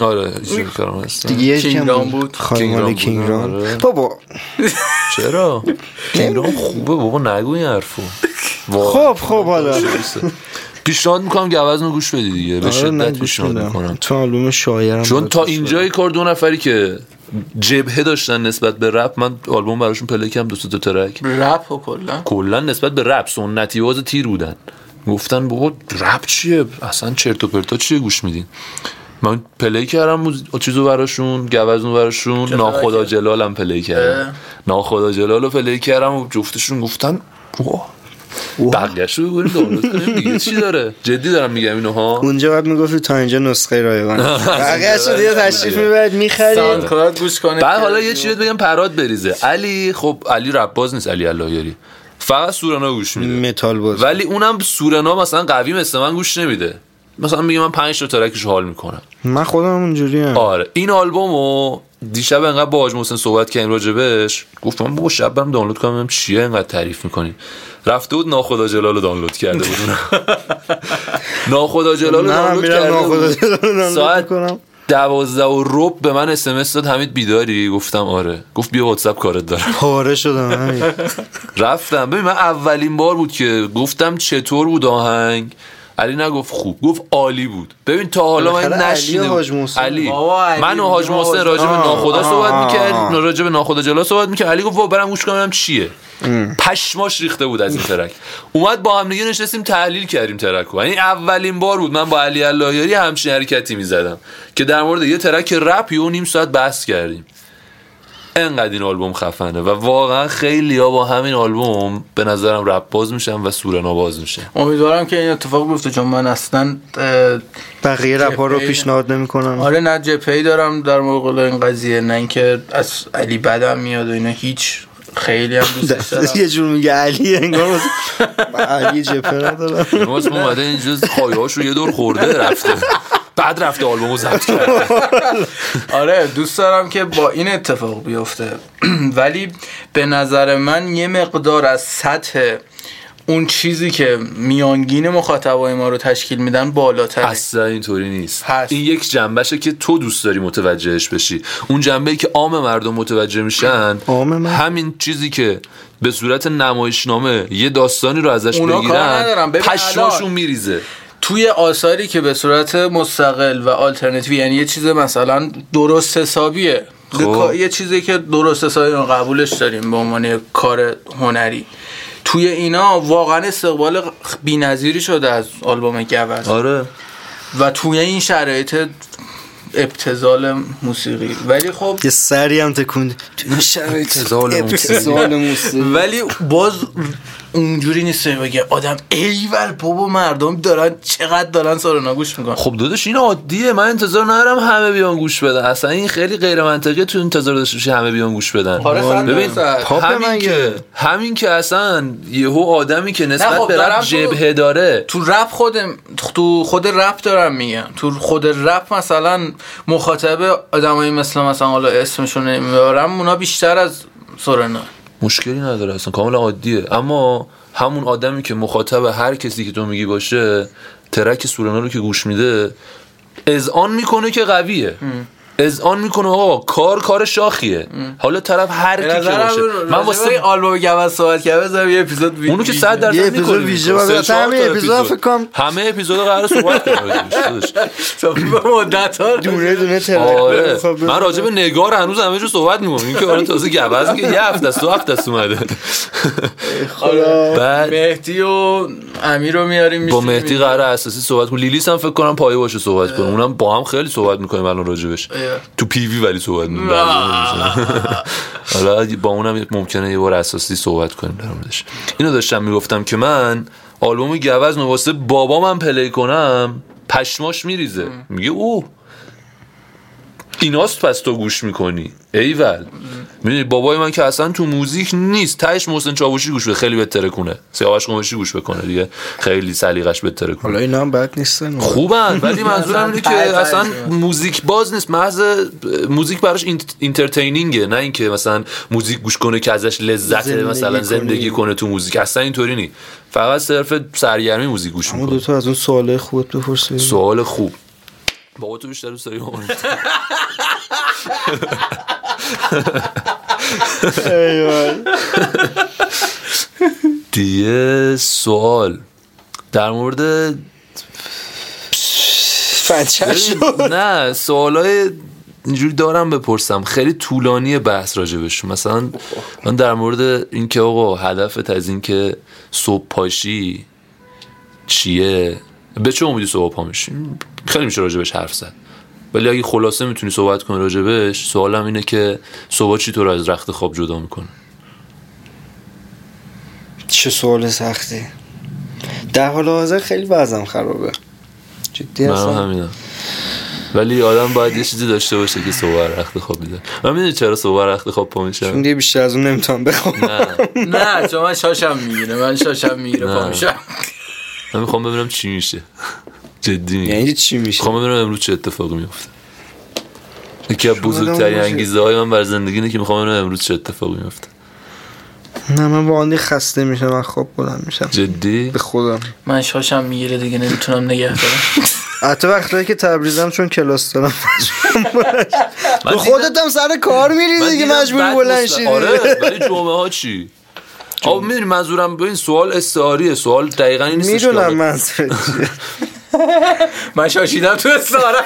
[SPEAKER 1] آره اینجوری کارم هست
[SPEAKER 3] دیگه یکی هم
[SPEAKER 2] کینگرام بود.
[SPEAKER 3] خایمال
[SPEAKER 1] کینگرام بود، آره.
[SPEAKER 3] کینگرام بابا
[SPEAKER 1] چرا کینگرام خوبه بابا نگو این حرفو واقعا.
[SPEAKER 3] خب خب حالا
[SPEAKER 1] پیشنهاد میکنم گوزن رو گوش بدی دیگه به
[SPEAKER 3] آره، من
[SPEAKER 1] شدت
[SPEAKER 3] گوش
[SPEAKER 1] پیشنهاد
[SPEAKER 3] میدم.
[SPEAKER 1] میکنم
[SPEAKER 3] تو آلبوم شایرم
[SPEAKER 1] چون
[SPEAKER 3] بود.
[SPEAKER 1] تا اینجای کار دو نفری که جبهه داشتن نسبت به رپ من آلبوم براشون پله کردم دو سه تا ترک
[SPEAKER 2] رپ و کلا
[SPEAKER 1] کلا نسبت به رپ سنتی باز تیر بودن گفتن بابا رپ چیه اصلا چرت و پرتا چیه گوش میدین من پلی کردم موز- چیزو براشون گوزنو براشون ناخدا جلالم پلی
[SPEAKER 2] اه.
[SPEAKER 1] کردم ناخدا جلالو پلی کردم و جفتشون گفتن واه بقیه‌اش رو بگوریم دانلود کنیم دیگه چی داره جدی دارم میگم اینوها
[SPEAKER 3] اونجا باید میگفتی تا اینجا نسخه رایگان بقیه شد یه تشریف میبرد
[SPEAKER 1] آره.
[SPEAKER 3] میخرید
[SPEAKER 2] ساندکلاود گوش کنید
[SPEAKER 1] بعد حالا یه چیزی بگم پراد بریزه علی خب علی رپ باز نیست علی اللهیاری فقط سورنا گوش میده
[SPEAKER 3] متال باز
[SPEAKER 1] ولی اونم سورنا مثلا قوی مثل من گوش نمیده مثلا میگه من پنج تا ترکش حال میکنم
[SPEAKER 3] من خودم اونجوری هم
[SPEAKER 1] آره این آلبومو دیشب انقدر با حاج محسن صحبت کردیم راجبش گفت من بابا شب برم دانلود کنم ببینم چیه انقدر تعریف میکنین رفته بود ناخدا جلال رو دانلود کرده بود ناخدا جلال رو
[SPEAKER 3] نه، من
[SPEAKER 1] دانلود
[SPEAKER 3] میرم
[SPEAKER 1] کرده
[SPEAKER 3] ناخدا
[SPEAKER 1] بود.
[SPEAKER 3] جلال رو دانلود
[SPEAKER 1] ساعت
[SPEAKER 3] میکنم.
[SPEAKER 1] دوازده و رب به من اسمس داد حمید بیداری گفتم آره گفت بیا واتساپ کارت دارم
[SPEAKER 3] پاره شدم همین.
[SPEAKER 1] رفتم ببین من اولین بار بود که گفتم چطور بود آهنگ علی نگفت خوب گفت عالی بود ببین تا حالا من
[SPEAKER 3] بالاخره علی
[SPEAKER 1] نشیده
[SPEAKER 3] و
[SPEAKER 1] بود.
[SPEAKER 3] حاج محسن.
[SPEAKER 1] علی
[SPEAKER 2] بابا علی
[SPEAKER 1] من و حاج
[SPEAKER 2] بابا
[SPEAKER 1] محسن
[SPEAKER 2] حاج-
[SPEAKER 1] راجع به
[SPEAKER 3] آه،
[SPEAKER 1] ناخدا
[SPEAKER 3] آه،
[SPEAKER 1] صحبت
[SPEAKER 3] آه،
[SPEAKER 1] میکرد
[SPEAKER 3] آه.
[SPEAKER 1] راجع به ناخدا جلا صحبت میکرد علی گفت بابا برم گوش کنم ببینم چیه پشماش ریخته بود از این ترک اومد با هم دیگه نشستیم تحلیل کردیم ترک رو یعنی اولین بار بود من با علی اللهیاری همچین حرکتی میزدم که در مورد یه ترک رپ یه نیم ساعت بحث کردیم انقدر این آلبوم خفنه و واقعا خیلی ها با همین آلبوم به نظرم رپ باز میشن و سورنا باز میشن
[SPEAKER 2] امیدوارم که این اتفاق بیفته چون من اصلا اه،
[SPEAKER 3] بقیه رپا رو
[SPEAKER 2] جبهه.
[SPEAKER 3] پیشنهاد نمیکنم
[SPEAKER 2] آره نه جپی دارم در مقابل این قضیه نه اینکه از علی بدم میاد و اینا هیچ خیلی هم دوستش دارم
[SPEAKER 3] یه جور میگه علی انگار واسه- من علی جپه ندارم
[SPEAKER 1] ما اومده اینجا خایهاش رو یه دور خورده رفته بعد رفته آلبومو ضبط کرده
[SPEAKER 2] آره دوست دارم که با این اتفاق بیفته ولی به نظر من یه مقدار از سطح اون چیزی که میانگین مخاطبای ما رو تشکیل میدن بالاتر
[SPEAKER 1] اصلا اینطوری نیست
[SPEAKER 2] بله. هست.
[SPEAKER 1] این یک جنبشه که تو دوست داری متوجهش بشی اون جنبه که عام مردم متوجه میشن
[SPEAKER 3] عام مردم؟
[SPEAKER 1] همین چیزی که به صورت نمایشنامه یه داستانی رو ازش
[SPEAKER 2] اونا کار
[SPEAKER 1] بگیرن
[SPEAKER 2] ندارن. ببین
[SPEAKER 1] پشماشون
[SPEAKER 2] الان.
[SPEAKER 1] میریزه
[SPEAKER 2] توی آثاری که به صورت مستقل و آلترنتیو یعنی یه چیز مثلا درست حسابیه
[SPEAKER 1] خب.
[SPEAKER 2] یه چیزی که درست حسابی رو قبولش داریم به عنوان یه کار هنری توی اینا واقعا استقبال بی‌نظیری شده از آلبوم گوز
[SPEAKER 1] آره
[SPEAKER 2] و توی این شرایط ابتزال موسیقی ولی خب
[SPEAKER 3] یه سری هم تکون تو این شرایط
[SPEAKER 1] ابتذال موسیقی.
[SPEAKER 3] ابتذال موسیقی
[SPEAKER 2] ولی باز اونجوری نیست که بگه آدم ایول بابا مردم دارن چقدر دارن سارنا گوش میکنن
[SPEAKER 1] خب داداش این عادیه من انتظار ندارم همه بیان گوش بدن اصلا این خیلی غیر منطقیه تو انتظار داشته باشی همه بیان گوش بدن
[SPEAKER 2] آره، صد
[SPEAKER 1] ببین
[SPEAKER 2] درصد.
[SPEAKER 3] پاپ
[SPEAKER 1] همین
[SPEAKER 3] من
[SPEAKER 1] که همین که اصلا یهو آدمی که نسبت
[SPEAKER 2] خب،
[SPEAKER 1] به
[SPEAKER 2] دارم
[SPEAKER 1] رپ
[SPEAKER 2] تو-
[SPEAKER 1] جبهه داره
[SPEAKER 2] تو رپ خود تو خود رپ دارم میگم تو خود رپ مثلا مخاطب آدمایی مثل مثلا حالا اسمشون نمیبرم اونا بیشتر از سورنا
[SPEAKER 1] مشکلی نداره اصلا کاملا عادیه اما همون آدمی که مخاطب هر کسی که تو میگی باشه ترک سورنا رو که گوش میده اذعان میکنه که قویه اذعان میکنه آقا کار کار شاخیه حالا طرف هر کی که باشه من واسه
[SPEAKER 2] آلبوم گوز صحبت کردم بذارم یه اپیزود وی-
[SPEAKER 1] اونو که
[SPEAKER 2] ویژه.
[SPEAKER 1] 100 درصد
[SPEAKER 3] یه اپیزود
[SPEAKER 1] می‌کنیم.
[SPEAKER 3] ویژه
[SPEAKER 1] سه،
[SPEAKER 3] باید.
[SPEAKER 1] چهار
[SPEAKER 3] همه
[SPEAKER 1] تا
[SPEAKER 3] اپیزود فکر کنم-
[SPEAKER 1] همه اپیزود قرار صحبت کنیم دوستش.
[SPEAKER 2] تا به مدت ها
[SPEAKER 3] دونه دونه ترک
[SPEAKER 1] آره
[SPEAKER 3] خب، بزن.
[SPEAKER 1] من راجع به نگار هنوز همه جو صحبت میکنم این که آره تازه گوز که یه هفته است دو هفته است اومده
[SPEAKER 3] خدا.
[SPEAKER 1] بعد
[SPEAKER 2] مهدی و امیر رو میاریم
[SPEAKER 1] با
[SPEAKER 2] میشینیم
[SPEAKER 1] مهدی
[SPEAKER 2] اینجا.
[SPEAKER 1] قرار اساسی صحبت کنیم لیلیس هم فکر کنم پایه باشه صحبت کنم اونم با هم خیلی صحبت میکنیم الان راجبش
[SPEAKER 2] اه.
[SPEAKER 1] تو پیوی ولی صحبت می‌کنیم.
[SPEAKER 2] آه.
[SPEAKER 1] حالا با اونم ممکنه یه بار اساسی صحبت کنیم در موردش اینو داشتم میگفتم که من آلبوم گوز رو واسه بابام هم پلی کنم پشماش میریزه میگه اوه ایناست پس تو گوش میکنی ایول میدونی بابای من که اصلا تو موزیک نیست تهش محسن چاوشی گوش بده خیلی بهتره کنه سیاوش قمشی گوش بکنه دیگه خیلی سلیقش بهتره کنه
[SPEAKER 3] حالا اینا هم بد نیستن
[SPEAKER 1] خوبن ولی منظورم اینه که
[SPEAKER 2] تای تای
[SPEAKER 1] اصلا
[SPEAKER 2] تای.
[SPEAKER 1] موزیک باز نیست محض موزیک براش اینت- اینترتینینگه نه اینکه مثلا موزیک گوش کنه که ازش لذت
[SPEAKER 3] زندگی
[SPEAKER 1] مثلا
[SPEAKER 3] کنی.
[SPEAKER 1] زندگی کنه تو موزیک اصلا اینطوری نی فقط صرف سرگرمی موزیک گوش
[SPEAKER 3] اما
[SPEAKER 1] میکنه
[SPEAKER 3] دوتا از اون سواله خوبت بپرسید
[SPEAKER 1] سوال خوب بابا تو بیشتر دوست داری مامان دیگه سوال در مورد
[SPEAKER 3] فچه شد
[SPEAKER 1] نه سوالای اینجوری دارم بپرسم خیلی طولانی بحث راجبش مثلا من در مورد اینکه آقا هدفت از این که صبح پاشی چیه به چه امیدی صبح پا میشی خیلی میشه راجبش حرف زد ولی اگه خلاصه میتونی صحبت کنی راجبش سوالم اینه که صبح چی تو رو از رخت خواب جدا میکنه
[SPEAKER 3] چه سوال سختی در حال حاضر خیلی وضعم خرابه جدی
[SPEAKER 1] من
[SPEAKER 3] هستم
[SPEAKER 1] همینم ولی آدم باید یه چیزی داشته باشه که صبح از رخت خواب بیدار من میدونی چرا صبح از رخت خواب پا میشم
[SPEAKER 3] چون دیگه بیشتر از اون نمیتونم بخوام
[SPEAKER 2] نه چون من شاشم میگیره من شاشم میگیره
[SPEAKER 1] نه.
[SPEAKER 2] پا میشم
[SPEAKER 1] من میخوام ببینم چی میشه جدی میگم
[SPEAKER 3] یعنی چی میشه
[SPEAKER 1] میخوام ببینم امروز چه اتفاقی میفته یکی از
[SPEAKER 3] شما
[SPEAKER 1] بزرگترین
[SPEAKER 3] نباشه.
[SPEAKER 1] انگیزه های من بر زندگی اینه که میخوام ببینم امروز چه اتفاقی میفته
[SPEAKER 3] نه من واقعا خسته میشم من خواب بلند میشم
[SPEAKER 1] جدی
[SPEAKER 3] به خودم
[SPEAKER 2] من شاشم میگیره دیگه نمیتونم نگه دارم
[SPEAKER 3] حتی وقتایی که تبریزم چون کلاس دارم
[SPEAKER 1] من
[SPEAKER 3] به خودت هم سر کار
[SPEAKER 1] من
[SPEAKER 3] میری دیگه
[SPEAKER 1] دیدم
[SPEAKER 3] مجبوری
[SPEAKER 1] بد
[SPEAKER 3] بلند
[SPEAKER 1] مثل-
[SPEAKER 3] شی
[SPEAKER 1] آره
[SPEAKER 3] دیگه.
[SPEAKER 1] ولی جمعه ها چی آب میدونی منظورم به این سوال استعاریه سوال دقیقا این نیستش که
[SPEAKER 3] میدونم
[SPEAKER 1] آدم-
[SPEAKER 3] من چیه
[SPEAKER 2] من شاشیدم تو استارم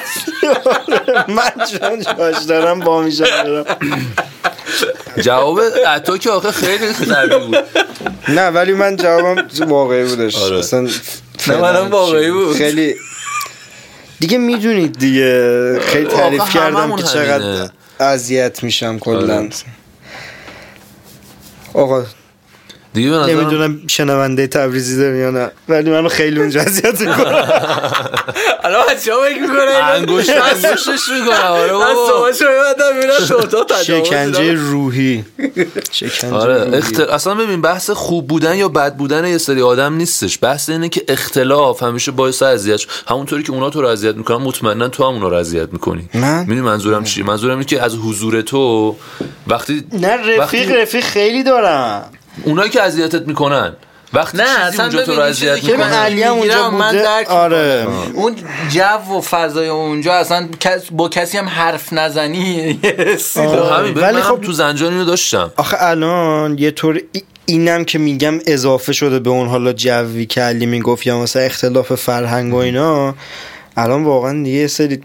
[SPEAKER 3] من چون جاش دارم با میشم برم
[SPEAKER 1] جواب عطا که آخه خیلی قوی بود
[SPEAKER 3] نه ولی من جوابم واقعی بودش
[SPEAKER 1] آره.
[SPEAKER 3] اصلا
[SPEAKER 2] نه، منم واقعی بود.
[SPEAKER 3] خیلی دیگه میدونید دیگه خیلی
[SPEAKER 1] آقا
[SPEAKER 3] تعریف
[SPEAKER 1] هممون
[SPEAKER 3] کردم که
[SPEAKER 1] همینه.
[SPEAKER 3] چقدر اذیت میشم کلا
[SPEAKER 1] آره.
[SPEAKER 3] آقا
[SPEAKER 1] دیگه به نظرم
[SPEAKER 3] نمیدونم شنونده تبریزی داری یا نه ولی منو خیلی اونجا اذیت میکنم
[SPEAKER 2] الان بچه ها فکر میکنه
[SPEAKER 1] انگشت انگشتش میکنم آره
[SPEAKER 2] من
[SPEAKER 1] بابا.
[SPEAKER 2] صبح شو میبندم میرم تو اتاق تجاوز
[SPEAKER 3] شکنجه
[SPEAKER 2] دیدم.
[SPEAKER 3] روحی شکنجه
[SPEAKER 1] آره
[SPEAKER 3] روحی.
[SPEAKER 1] اخت... اصلا ببین بحث خوب بودن یا بد بودن یه سری آدم نیستش بحث اینه که اختلاف همیشه باعث اذیت ش- همونطوری که اونا تو رو اذیت میکنن مطمئنا تو هم اونا رو اذیت میکنی
[SPEAKER 3] من؟
[SPEAKER 1] میدونی منظورم چی منظورم اینه که از حضور تو وقتی
[SPEAKER 3] نه رفیق
[SPEAKER 1] وقتی-
[SPEAKER 3] رفیق خیلی دارم
[SPEAKER 1] اونایی که اذیتت میکنن وقتی
[SPEAKER 2] نه
[SPEAKER 1] چیزی
[SPEAKER 2] اصلا
[SPEAKER 1] اونجا تو
[SPEAKER 2] ببین، این چیزی
[SPEAKER 1] راضیت
[SPEAKER 2] که
[SPEAKER 3] چون
[SPEAKER 2] من
[SPEAKER 1] میکنه
[SPEAKER 3] علی هم اونجا
[SPEAKER 2] میگیرم، من
[SPEAKER 3] بوده
[SPEAKER 2] درک
[SPEAKER 3] آره
[SPEAKER 2] اون جو و فضای اونجا اصلا کس- با کسی هم حرف نزنی یه حسی
[SPEAKER 3] آه.
[SPEAKER 2] داره.
[SPEAKER 1] همین
[SPEAKER 3] ولی
[SPEAKER 1] ولی
[SPEAKER 3] خب-
[SPEAKER 1] خب تو زنجان اینو داشتم
[SPEAKER 3] آخه الان یه طور ای- اینم که میگم اضافه شده به اون حالا جوی که علی میگفت یا مثلا اختلاف فرهنگ و اینا الان واقعا دیگه یه سری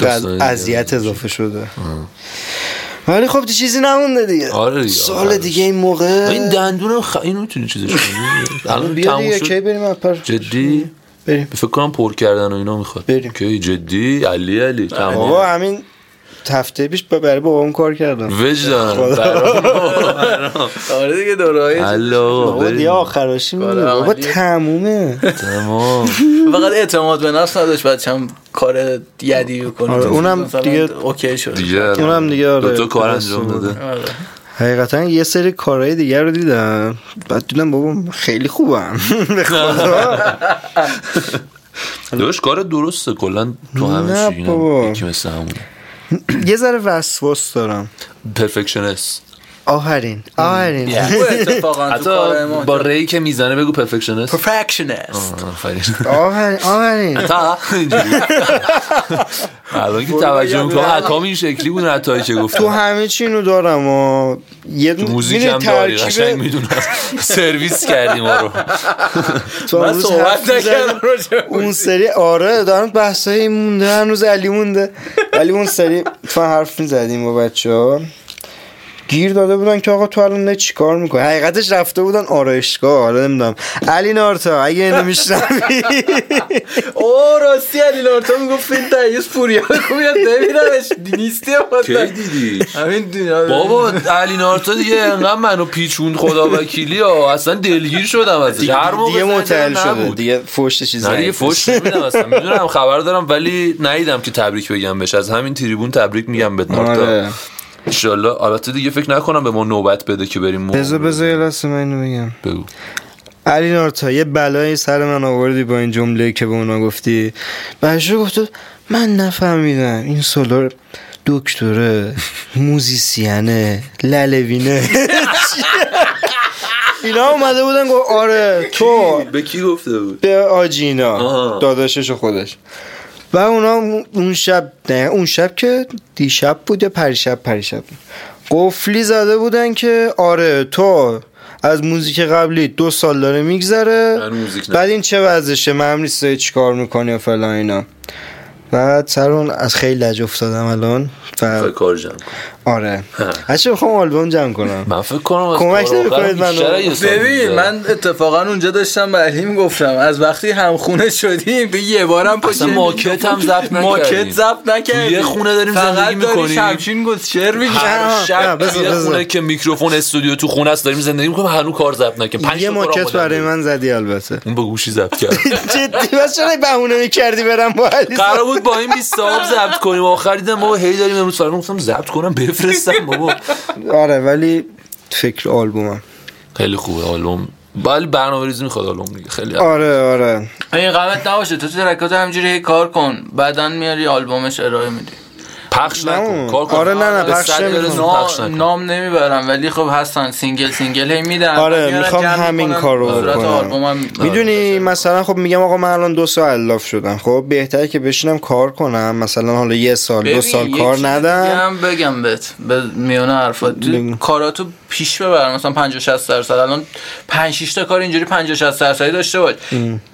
[SPEAKER 1] داستان دیگه
[SPEAKER 3] اذیت اضافه شده ولی خب چیزی نمونده دیگه
[SPEAKER 1] آره دیگه،
[SPEAKER 3] سال
[SPEAKER 1] آخرش.
[SPEAKER 3] دیگه این موقع
[SPEAKER 1] این دندونم خ... اینو میتونی چیزش کنی الان
[SPEAKER 3] بیا
[SPEAKER 1] تموم
[SPEAKER 3] دیگه کی
[SPEAKER 1] شد
[SPEAKER 3] بریم اپر
[SPEAKER 1] جدی
[SPEAKER 3] بریم
[SPEAKER 1] فکر کنم پر کردن و اینا میخواد
[SPEAKER 3] بریم.
[SPEAKER 1] که جدی علی علی تمام
[SPEAKER 3] بابا همین هفته پیش با- برای بابام کار کردم
[SPEAKER 1] وجدان
[SPEAKER 3] خدا.
[SPEAKER 1] برام.
[SPEAKER 2] آره دیگه دورهای
[SPEAKER 1] الا
[SPEAKER 3] بابا دیگه
[SPEAKER 1] بریم.
[SPEAKER 3] آخراشی میگه
[SPEAKER 2] کار
[SPEAKER 3] بابا
[SPEAKER 2] عملیه.
[SPEAKER 3] تمومه
[SPEAKER 1] تمام
[SPEAKER 2] فقط اعتماد به نفس نداشت بچه هم کار یدی بکنه
[SPEAKER 3] آره، اونم
[SPEAKER 2] مثلا
[SPEAKER 3] دیگه-
[SPEAKER 2] اوکی شد
[SPEAKER 1] دیگه
[SPEAKER 3] اونم دیگه آره.
[SPEAKER 1] دوتا کار
[SPEAKER 3] درست
[SPEAKER 1] انجام
[SPEAKER 3] بود.
[SPEAKER 1] داده
[SPEAKER 2] آره.
[SPEAKER 3] حقیقتا یه سری کارهای دیگر رو دیدم بعد دیدم بابا خیلی خوبم به خدا.
[SPEAKER 1] داداش کار درسته کلا تو همه
[SPEAKER 3] نه
[SPEAKER 1] چی
[SPEAKER 3] بابا.
[SPEAKER 1] اینم یکی مثل همونه
[SPEAKER 3] یه ذره وسواس دارم
[SPEAKER 1] پرفکشنست
[SPEAKER 3] آهرین آهرین
[SPEAKER 2] خوبه اتفاقا یعنی
[SPEAKER 1] حتی
[SPEAKER 2] تو کار ما
[SPEAKER 1] با ری که میزنه بگو پرفکشنست
[SPEAKER 2] پرفکشنست
[SPEAKER 1] آفرین
[SPEAKER 3] آهرین آهرین
[SPEAKER 1] تا اینجوری. الان که توجه میکنم حکام این شکلی بود حتی که
[SPEAKER 3] یعنی تو
[SPEAKER 1] گفتم
[SPEAKER 3] همه چی اینو دارم و یه
[SPEAKER 1] تو
[SPEAKER 3] دونه-
[SPEAKER 1] موزیک
[SPEAKER 3] می‌دونی
[SPEAKER 1] هم داری قشنگ
[SPEAKER 3] ترکیب
[SPEAKER 1] میدونم سرویس کردی ما رو
[SPEAKER 3] تو
[SPEAKER 2] من
[SPEAKER 3] امروز حرف
[SPEAKER 2] صحبت
[SPEAKER 3] می‌زدیم.
[SPEAKER 2] نکردم راجع به
[SPEAKER 3] اون سری آره دارن بحث های مونده هنوز علی مونده ولی اون سری تو حرف میزدیم با بچه ها گیر داده بودن که آقا تو الان نه چیکار میکنی حقیقتش رفته بودن آرایشگاه حالا نمیدونم علی نارتا اگه اینو میشنوی
[SPEAKER 2] او راستی علی لارتا میگفت این دیوز پوریا بگو بیاد ببینمش نیستی
[SPEAKER 1] کی
[SPEAKER 2] بازم
[SPEAKER 1] دیدی
[SPEAKER 2] همین دنیا
[SPEAKER 1] بابا علی نارتا دیگه انقدر منو پیچون خدا وکیلی ها اصلا دلگیر شدم ازش هر موقع
[SPEAKER 3] دیگه
[SPEAKER 1] زنگ زدم
[SPEAKER 3] متعل شده
[SPEAKER 1] نبود.
[SPEAKER 3] دیگه فوشت چیز
[SPEAKER 1] نه دیگه فوش نمیدم اصلا میدونم خبر دارم ولی نیدم که تبریک بگم بهش از همین تریبون تبریک میگم به نارتا
[SPEAKER 3] آره
[SPEAKER 1] انشالله البته دیگه فکر نکنم به ما نوبت بده که بریم
[SPEAKER 3] بذار بذار یه لحظه من اینو بگم
[SPEAKER 1] بگو
[SPEAKER 3] علی نارتا یه بلایی سر من آوردی با این جمله که به اونا گفتی بهش گفت من نفهمیدم این سولار دکتره موزیسیانه للوینه چیه؟ اینا اومده بودن گفت آره تو
[SPEAKER 1] به کی گفته بود
[SPEAKER 3] به آجینا
[SPEAKER 1] آها.
[SPEAKER 3] داداشش و خودش و اونا اون شب نه اون شب که دیشب بود یا پریشب پریشب قفلی زده بودن که آره تو از موزیک قبلی دو سال داره میگذره
[SPEAKER 1] من موزیک نه.
[SPEAKER 3] بعد این چه وضعشه معلوم نیست داری چیکار میکنی و فلان اینا بعد سر اون از خیلی لج افتادم الان و
[SPEAKER 1] فکر کار جمع کن.
[SPEAKER 3] آره هرچی بخوام آلبوم جمع کنم
[SPEAKER 1] من فکر کنم از
[SPEAKER 3] کمک
[SPEAKER 1] کار آخرم
[SPEAKER 3] نمی‌کنید منو.
[SPEAKER 1] بیشتر یه سال
[SPEAKER 2] ببین
[SPEAKER 1] می‌گذره.
[SPEAKER 2] من اتفاقا اونجا داشتم به علی میگفتم از وقتی همخونه شدیم به یه بارم پشت
[SPEAKER 1] اصلا ماکت هم ضبط نکردیم.
[SPEAKER 2] ماکت ضبط نکردیم
[SPEAKER 1] تو یه خونه داریم زندگی
[SPEAKER 2] فقط داری
[SPEAKER 1] می‌کنیم.
[SPEAKER 2] شمشین گفت شعر میگی
[SPEAKER 1] هر
[SPEAKER 3] نه،
[SPEAKER 1] شب
[SPEAKER 3] بذار،
[SPEAKER 1] توی
[SPEAKER 3] بذار.
[SPEAKER 1] خونه که میکروفون استودیو تو خونه است داریم زندگی میکنیم هنوز کار ضبط نکنیم پنج
[SPEAKER 3] یه
[SPEAKER 1] تا کار
[SPEAKER 3] ماکت
[SPEAKER 1] آماده
[SPEAKER 3] برای
[SPEAKER 1] داریم.
[SPEAKER 3] من زدی البته
[SPEAKER 1] اون با گوشی ضبط کرد
[SPEAKER 3] جدی بس چرا بهونه میکردی برم با علی
[SPEAKER 1] قرار بود با این 20 آب ضبط کنیم آخر دیدم بابا هی داریم امروز فردا گفتم ضبط کنم بفرستم بابا
[SPEAKER 3] آره ولی فکر آلبومم
[SPEAKER 1] خیلی خوبه آلبوم ولی برنامه‌ریزی میخواد آلبوم دیگه خیلی
[SPEAKER 3] آره آره
[SPEAKER 2] این قامت نباشه تو تو ترکات همجوری هی کار کن بعدا میاری آلبومش ارائه میدی
[SPEAKER 1] پخش نکن
[SPEAKER 3] نه.
[SPEAKER 1] کار کن
[SPEAKER 3] آره، نه، نه،
[SPEAKER 1] به
[SPEAKER 3] پخش
[SPEAKER 1] صد
[SPEAKER 3] نمی‌کنم.
[SPEAKER 1] برسون،
[SPEAKER 2] نا...
[SPEAKER 1] پخش نکن
[SPEAKER 2] نام نمیبرم ولی خب هستن سینگل سینگل هی میدن
[SPEAKER 3] آره،
[SPEAKER 2] بعد میارن
[SPEAKER 3] می‌خوام
[SPEAKER 2] جمع
[SPEAKER 3] همین
[SPEAKER 2] می‌کنن،
[SPEAKER 3] کار رو
[SPEAKER 2] به صورت
[SPEAKER 3] بکنم.
[SPEAKER 2] آلبومم
[SPEAKER 1] آره.
[SPEAKER 3] میدونی مثلا خب میگم آقا من الان دو سال الاف شدم خب بهتره که بشینم کار کنم مثلا حالا یه سال دو
[SPEAKER 2] ببین،
[SPEAKER 3] سال
[SPEAKER 2] یه
[SPEAKER 3] کار
[SPEAKER 2] چیز دیگه
[SPEAKER 3] ندم
[SPEAKER 2] هم بگم بهت به میونه حرفات تو
[SPEAKER 3] بگو.
[SPEAKER 2] کاراتو پیش ببر مثلا 50 60 درصد الان 5 6 تا کار اینجوری 50 60 درصدی داشته باش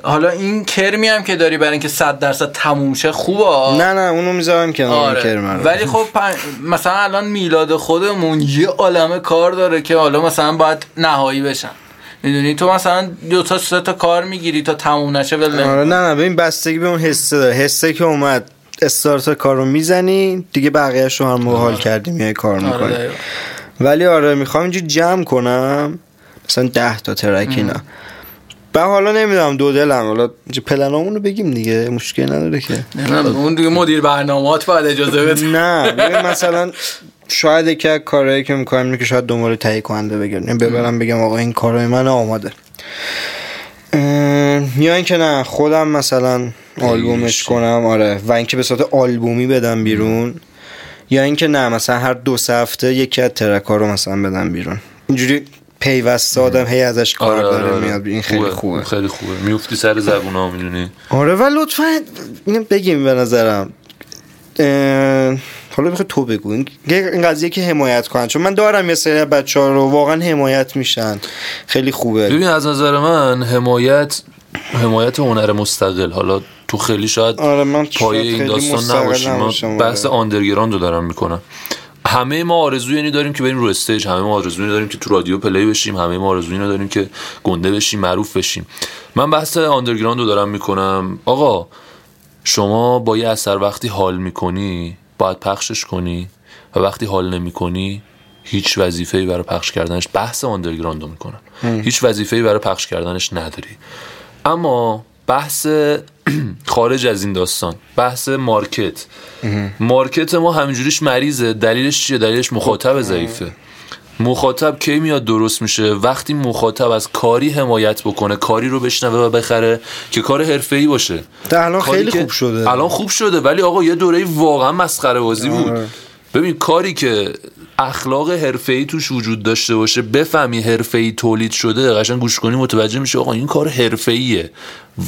[SPEAKER 2] حالا این کرمی هم که داری برای اینکه 100 درصد تموم شه خوبه
[SPEAKER 3] نه نه اونو میذارم که
[SPEAKER 2] آره. ولی خب پن- مثلا الان میلاد خودمون یه عالمه کار داره که حالا مثلا باید نهایی بشن میدونی تو مثلا دو تا سه تا کار میگیری تا تموم نشه ول نمی-
[SPEAKER 3] آره نه نه ببین بستگی به اون حسه داره حسه که اومد استارت کار رو میزنی دیگه بقیهش رو هم حال کردیم یه کار
[SPEAKER 2] آره،
[SPEAKER 3] میکنیم
[SPEAKER 2] دقیقاً.
[SPEAKER 3] ولی آره میخوام اینجا جمع کنم مثلا ده تا ترک اینا و حالا نمیدونم دو دلم حالا اینجا پلنامون رو بگیم دیگه مشکل نداره که
[SPEAKER 2] نمی‌دونم، اون دیگه مدیر برنامهات باید اجازه بده
[SPEAKER 3] نه ببین مثلا شاید یکی از کارهایی که میکنم اینه که شاید دنبال تهیه کننده بگیرم ببرم بگم آقا این کارهای من آماده اه، یا اینکه نه خودم مثلا آلبومش کنم آره و اینکه به صورت آلبومی بدم بیرون یا اینکه نه مثلا هر دو سه هفته یکی از ترک ها رو مثلا بدم بیرون اینجوری پیوسته آدم هی ازش کار
[SPEAKER 1] آره، آره،
[SPEAKER 3] داره
[SPEAKER 1] آره.
[SPEAKER 3] میاد این خیلی
[SPEAKER 1] خوبه
[SPEAKER 3] خوبه
[SPEAKER 1] خیلی خوبه میفتی سر زبون ها میدونی
[SPEAKER 3] آره و لطفا اینو بگیم به نظرم اه، حالا بخوای تو بگو این این قضیه که حمایت کنن چون من دارم یه سری بچه ها رو واقعا حمایت میشن خیلی خوبه
[SPEAKER 1] ببین از نظر من حمایت حمایت هنر مستقل حالا تو خیلی شاید
[SPEAKER 3] آره، من
[SPEAKER 1] پایه
[SPEAKER 3] شاید
[SPEAKER 1] این
[SPEAKER 3] خیلی
[SPEAKER 1] داستان
[SPEAKER 3] مستقل
[SPEAKER 1] نباشیم من
[SPEAKER 3] نباشم، آره.
[SPEAKER 1] بحث آندرگراند رو دارم میکنم همه ما آرزوی اینی داریم که بریم رو استیج همه ما آرزوی اینو داریم که تو رادیو پلی بشیم همه ما آرزوی اینو داریم که گنده بشیم معروف بشیم من بحث آندرگراند رو دارم میکنم آقا شما با یه اثر وقتی حال میکنی باید پخشش کنی و وقتی حال نمیکنی هیچ وظیفه‌ای برای پخش کردنش بحث آندرگراند رو میکنم هیچ وظیفه‌ای برای پخش کردنش نداری اما بحث خارج از این داستان بحث مارکت مارکت ما همینجوریش مریضه دلیلش چیه دلیلش مخاطب ضعیفه مخاطب کی میاد درست میشه وقتی مخاطب از کاری حمایت بکنه کاری رو بشنوه و بخره که کار حرفه‌ای باشه
[SPEAKER 3] تا الان
[SPEAKER 1] کاری
[SPEAKER 3] خیلی
[SPEAKER 1] که-
[SPEAKER 3] خوب شده
[SPEAKER 1] الان خوب شده ولی آقا یه دوره واقعا مسخره بازی بود
[SPEAKER 3] آره.
[SPEAKER 1] ببین کاری که اخلاق حرفه‌ای توش وجود داشته باشه بفهمی حرفه‌ای تولید شده قشنگ گوش کنی متوجه میشه آقا این کار حرفه‌ایه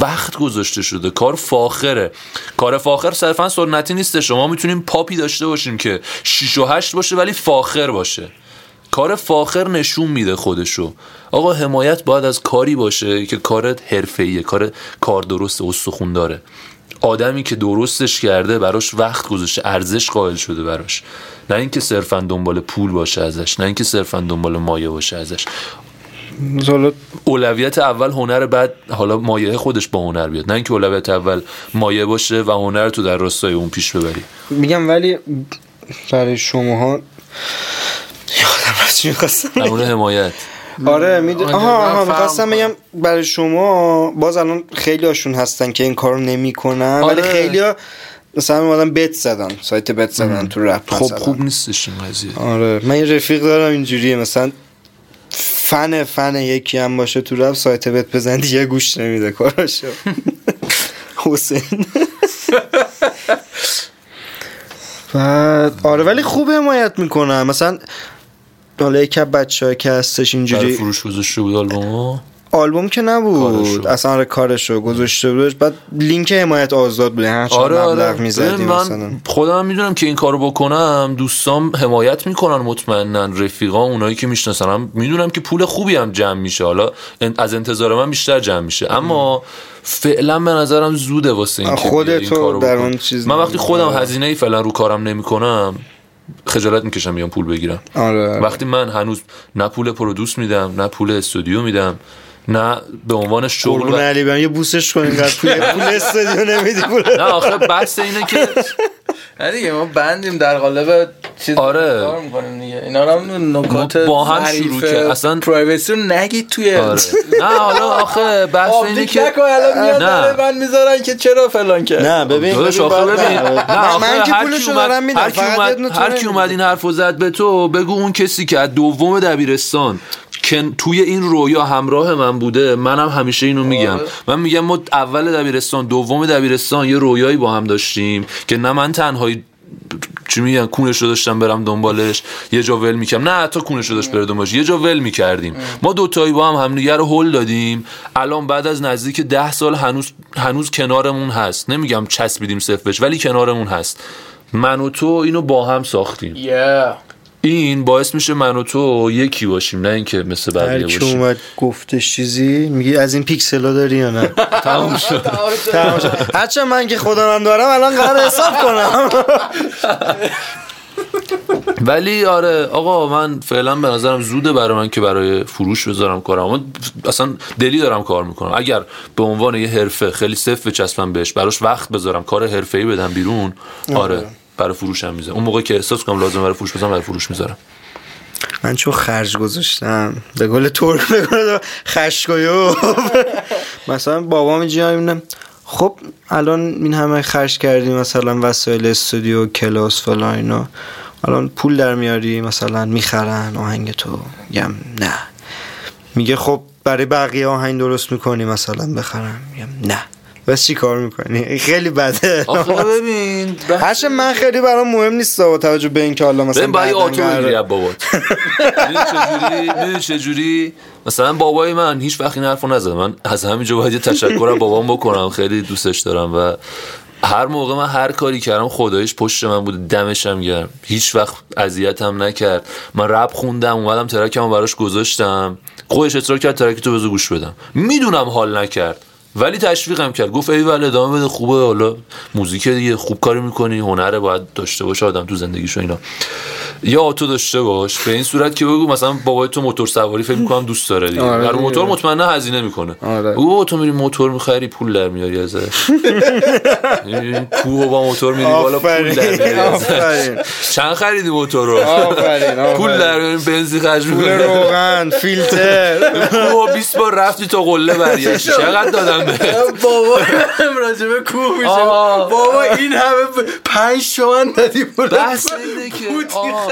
[SPEAKER 1] وقت گذاشته شده کار فاخره کار فاخر صرفا سنتی نیسته شما میتونیم پاپی داشته باشیم که 6 و 8 باشه ولی فاخر باشه کار فاخر نشون میده خودشو آقا حمایت باید از کاری باشه که کارت حرفه‌ایه کار کار درست استخون داره آدمی که درستش کرده براش وقت گذاشته ارزش قائل شده براش نه اینکه صرفا دنبال پول باشه ازش نه اینکه صرفا دنبال مایه باشه ازش
[SPEAKER 3] حالا
[SPEAKER 1] اولویت اول هنر بعد حالا مایه خودش با هنر بیاد نه اینکه اولویت اول مایه باشه و هنر تو در راستای اون پیش ببری
[SPEAKER 3] میگم ولی برای شماها یادم رفت چی می‌خواستم بگم.
[SPEAKER 1] نمونه حمایت
[SPEAKER 3] آره میدونم
[SPEAKER 2] آنجا
[SPEAKER 3] آها
[SPEAKER 2] من
[SPEAKER 3] آها
[SPEAKER 2] فهم
[SPEAKER 3] میخواستم
[SPEAKER 2] کنم.
[SPEAKER 3] بگم برای شما باز الان خیلی هاشون هستن که این کارو نمیکنن
[SPEAKER 1] آره.
[SPEAKER 3] ولی خیلی ها مثلا اومدن بت زدن سایت بت زدن تو رپ
[SPEAKER 1] خب
[SPEAKER 3] مثلا.
[SPEAKER 1] خوب نیستش این قضیه
[SPEAKER 3] آره من یه رفیق دارم اینجوریه مثلا فن فن یکی هم باشه تو رپ سایت بت بزن دیگه گوش نمیده کاراشو حسین بعد آره ولی خوب حمایت میکنن مثلا حالا یکی بچه که هستش
[SPEAKER 1] برای
[SPEAKER 3] اینجوری
[SPEAKER 1] فروش گذاشته بود آلبومو
[SPEAKER 3] آلبوم که نبود
[SPEAKER 1] کارشو.
[SPEAKER 3] اصلا آره کارشو گذاشته بودش بعد لینک حمایت آزاد بوده هر چقدر
[SPEAKER 1] آره
[SPEAKER 3] مبلغ
[SPEAKER 1] آره
[SPEAKER 3] میزدی
[SPEAKER 1] ببین من
[SPEAKER 3] مثلا
[SPEAKER 1] خودم میدونم که این کارو بکنم دوستام حمایت میکنن مطمئنا رفیقا اونایی که میشناسنم میدونم که پول خوبی هم جمع میشه حالا ان- از انتظار من بیشتر جمع میشه اما فعلا به نظرم زوده واسه این که
[SPEAKER 3] خودت
[SPEAKER 1] بیای این
[SPEAKER 3] تو
[SPEAKER 1] کارو
[SPEAKER 3] در
[SPEAKER 1] بکن.
[SPEAKER 3] اون چیز آره.
[SPEAKER 1] من وقتی خودم
[SPEAKER 3] نمی‌کنی.
[SPEAKER 1] هزینه ای فعلا رو کارم نمیکنم خجالت میکشم میام پول بگیرم
[SPEAKER 3] آره
[SPEAKER 1] وقتی من هنوز نه پول پرودوس میدم نه پول استودیو میدم نه به عنوان شغل
[SPEAKER 3] قربون
[SPEAKER 1] و-
[SPEAKER 3] علی برم یه بوسش کن اینقدر پول پول استودیو نمیدی پول
[SPEAKER 1] نه آخه بحث اینه که
[SPEAKER 2] نه دیگه ما بندیم در قالب چیز
[SPEAKER 1] آره.
[SPEAKER 2] کار میکنیم دیگه اینا رو هم نکات
[SPEAKER 1] ما با هم شروع
[SPEAKER 2] ظریف
[SPEAKER 1] کرد. اصلا-
[SPEAKER 2] پرایوسی رو نگید توی
[SPEAKER 1] آره. نه حالا آخه بحث اینه
[SPEAKER 2] آبدیک
[SPEAKER 1] که
[SPEAKER 2] نکن الان میاد
[SPEAKER 1] نه.
[SPEAKER 2] داره من میذارن که چرا فلان کرد
[SPEAKER 3] نه ببین
[SPEAKER 1] داداش
[SPEAKER 3] ببین،
[SPEAKER 1] آخه
[SPEAKER 3] باید-
[SPEAKER 1] ببین
[SPEAKER 3] نه،
[SPEAKER 1] نه
[SPEAKER 3] من-
[SPEAKER 1] آخه
[SPEAKER 3] من که
[SPEAKER 1] هر کی
[SPEAKER 3] پولشو
[SPEAKER 1] اومد
[SPEAKER 3] دارم میدم
[SPEAKER 1] هر کی
[SPEAKER 3] فقط
[SPEAKER 1] اومد-
[SPEAKER 3] بدون تو
[SPEAKER 1] هر کی
[SPEAKER 3] نمیدم.
[SPEAKER 1] اومد این حرفو زد به تو بگو اون کسی که از دوم دبیرستان که توی این رویا همراه من بوده منم همیشه اینو میگم من میگم ما اول دبیرستان دوم دبیرستان یه رویایی با هم داشتیم که نه من تنهایی چی میگن کونش رو داشتم برم دنبالش یه جا ول میکردم نه حتی کونش رو داشت بره دنبالش یه جا ول میکردیم ما دوتایی با هم همدیگه رو هل دادیم الان بعد از نزدیک ده سال هنوز هنوز کنارمون هست نمیگم چسبیدیم صفرش ولی کنارمون هست من و تو اینو با هم ساختیم
[SPEAKER 2] یه
[SPEAKER 1] این باعث میشه من و تو یکی باشیم نه اینکه مثل
[SPEAKER 3] هر
[SPEAKER 1] بقیه
[SPEAKER 3] کی
[SPEAKER 1] باشیم
[SPEAKER 3] اومد گفتش چیزی میگی از این پیکسلا داری یا نه
[SPEAKER 1] تموم شد
[SPEAKER 2] آره.
[SPEAKER 3] هرچند من که خودم هم دارم الان قرار حساب کنم
[SPEAKER 1] ولی آره آقا من فعلا به نظرم زوده برای من که برای فروش بذارم کارم من اصلا دلی دارم کار میکنم اگر به عنوان یه حرفه خیلی صفر بچسبم بهش براش وقت بذارم کار حرفه ای بدم بیرون آره برای فروش هم میذارم اون موقع که احساس کنم لازم برای فروش بزنم برای فروش میذارم
[SPEAKER 3] من چون خرج گذاشتم به گل تور به گل خشکایو مثلا بابام اینجا میبینم خب الان این همه خرج کردی مثلا وسایل استودیو کلاس فلان اینا الان پول در میاری مثلا میخرن آهنگ تو میگم نه میگه خب برای بقیه آهنگ درست میکنی مثلا بخرم میگم نه بس چی کار میکنی خیلی بده
[SPEAKER 1] آخه ببین به-
[SPEAKER 3] هرچند من خیلی برام مهم نیست با توجه به اینکه حالا مثلا
[SPEAKER 1] ببین باید یه
[SPEAKER 3] بعداً
[SPEAKER 1] آتو
[SPEAKER 3] قراره-
[SPEAKER 1] بگیری از بابات می‌دونی چجوری می‌دونی چجوری مثلا بابای من هیچ وقت این حرفو نزد من از همینجا باید یه تشکر از بابام بکنم خیلی دوستش دارم و هر موقع من هر کاری کردم خدایش پشت من بود دمشم گرم هیچ وقت اذیتم نکرد من رپ خوندم اومدم ترکمو براش گذاشتم خودش اصرار کرد ترک تو بذار گوش بدم میدونم حال نکرد ولی تشویقم کرد گفت ای ول ادامه بده خوبه حالا موزیک دیگه خوب کاری میکنی هنره باید داشته باشه آدم تو زندگیش و اینا یا آتو داشته باش به این صورت که بگو مثلا بابای تو موتور سواری فکر میکنم دوست داره دیگه
[SPEAKER 3] آره
[SPEAKER 1] برای
[SPEAKER 3] دیگه.
[SPEAKER 1] موتور مطمئنا هزینه میکنه
[SPEAKER 3] آره.
[SPEAKER 1] او تو میری موتور میخری پول در میاری ازش می‌ری کوه با موتور میری یعنی بالا پول در میاری
[SPEAKER 3] آفرین
[SPEAKER 1] ازش.
[SPEAKER 3] آفرین
[SPEAKER 1] چند خریدی موتور رو
[SPEAKER 3] آفرین آفرین.
[SPEAKER 1] پول در میاری بنزین خرج
[SPEAKER 3] پول
[SPEAKER 1] می‌کنی.
[SPEAKER 3] روغن فیلتر
[SPEAKER 1] کوه 20 بار رفتی تا قله برگشتی چقدر دادم به
[SPEAKER 2] بابا راجبه کوه میشه
[SPEAKER 1] آه.
[SPEAKER 2] بابا این همه ب- پنج شوان دادی بولا
[SPEAKER 1] بحث اینه که آقا،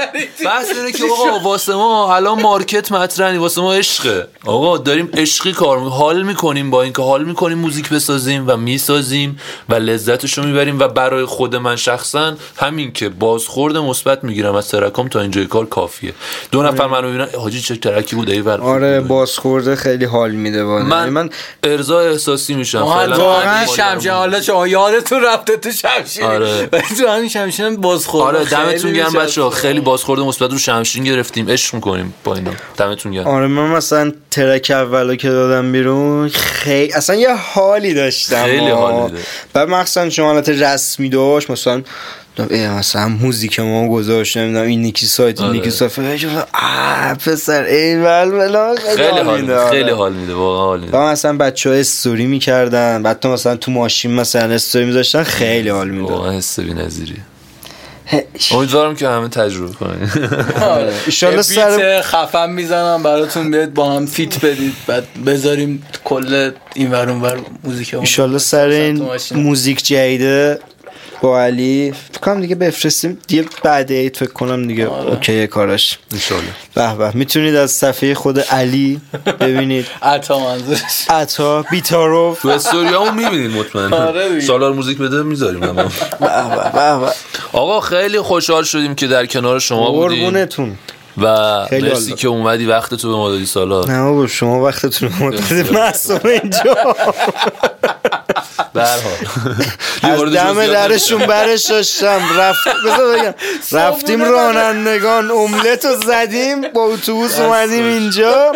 [SPEAKER 1] بحث اینه که آقا واسه ما الان مارکت مطرحی واسه ما عشقه آقا داریم عشقی کار می حال میکنیم با اینکه حال میکنیم موزیک بسازیم و میسازیم و لذتش رو میبریم و برای خود من شخصا همین که بازخورد مثبت میگیرم از ترکام تا اینجای کار کافیه دو نفر منو میبینن حاجی چه ترکی بود ایول
[SPEAKER 3] آره بازخورده خیلی حال میده با
[SPEAKER 1] من,
[SPEAKER 3] من من
[SPEAKER 1] ارضا احساسی میشم فعلا
[SPEAKER 2] واقعا
[SPEAKER 1] همین
[SPEAKER 2] شمشیر
[SPEAKER 1] حالمون.
[SPEAKER 2] حالا شما یادتون رفته تو شمشیر
[SPEAKER 1] آره.
[SPEAKER 2] ولی تو همین شمشیر هم بازخورد
[SPEAKER 1] آره دمتون گرم بچه‌ها خیلی بازخورد مثبت رو شمشین گرفتیم عشق میکنیم با اینا دمتون گرم
[SPEAKER 3] آره من مثلا ترک اولو که دادم بیرون خیلی اصلا یه حالی داشتم
[SPEAKER 1] خیلی
[SPEAKER 3] آه.
[SPEAKER 1] حال میده.
[SPEAKER 3] بعد مخصوصا چون حالت رسمی داشت مثلا گفتم، اه، مثلا موزیک ما گذاشت نمیدونم این نیکی سایت این
[SPEAKER 1] آره.
[SPEAKER 3] نیکی سایت فلان شد. آه پسر ای ول بلا
[SPEAKER 1] خیلی حال
[SPEAKER 3] میده،
[SPEAKER 1] میده
[SPEAKER 3] آره.
[SPEAKER 1] خیلی حال میده واقعا حال میده
[SPEAKER 3] و مثلا بچه ها استوری میکردن بعد تو مثلا تو ماشین مثلا استوری میذاشتن خیلی حال میده
[SPEAKER 1] واقعا حس بی‌نظیری امیدوارم که همه تجربه کنین
[SPEAKER 3] ایشالله سر
[SPEAKER 2] بیت آره. خفن میزنم براتون بیاد با هم فیت بدید بعد بذاریم کل این ور اون ور موزیک اون
[SPEAKER 3] ایشالله
[SPEAKER 2] ور.
[SPEAKER 3] سر
[SPEAKER 2] تو
[SPEAKER 3] این
[SPEAKER 2] ماشین.
[SPEAKER 3] موزیک جدیده با علی فکر کنم دیگه بفرستیم دیگه بعد عید فکر کنم دیگه
[SPEAKER 2] آره.
[SPEAKER 3] اوکی کارش
[SPEAKER 1] انشالله
[SPEAKER 3] به به میتونید از صفحه خود علی ببینید
[SPEAKER 2] عطا منظورش
[SPEAKER 3] عطا بیتاروف
[SPEAKER 1] تو استوریامو میبینید مطمئنا
[SPEAKER 2] آره دیگه.
[SPEAKER 1] سالار موزیک بده میذاریم همه.
[SPEAKER 3] به به به به.
[SPEAKER 1] آقا خیلی خوشحال شدیم که در کنار شما بودیم
[SPEAKER 3] قربونتون
[SPEAKER 1] و
[SPEAKER 3] خیلی
[SPEAKER 1] مرسی
[SPEAKER 3] عالی.
[SPEAKER 1] که اومدی وقت تو به ما دادی سالار
[SPEAKER 3] نه بابا شما وقتتون رو دادید. معصومه اینجا
[SPEAKER 1] به هر حال یه
[SPEAKER 3] از
[SPEAKER 1] وارد
[SPEAKER 3] دم
[SPEAKER 1] جزئیات
[SPEAKER 3] درشون برش داشتم رفت بذار بگم. رفتیم رانندگان املت رو زدیم با اتوبوس اومدیم اینجا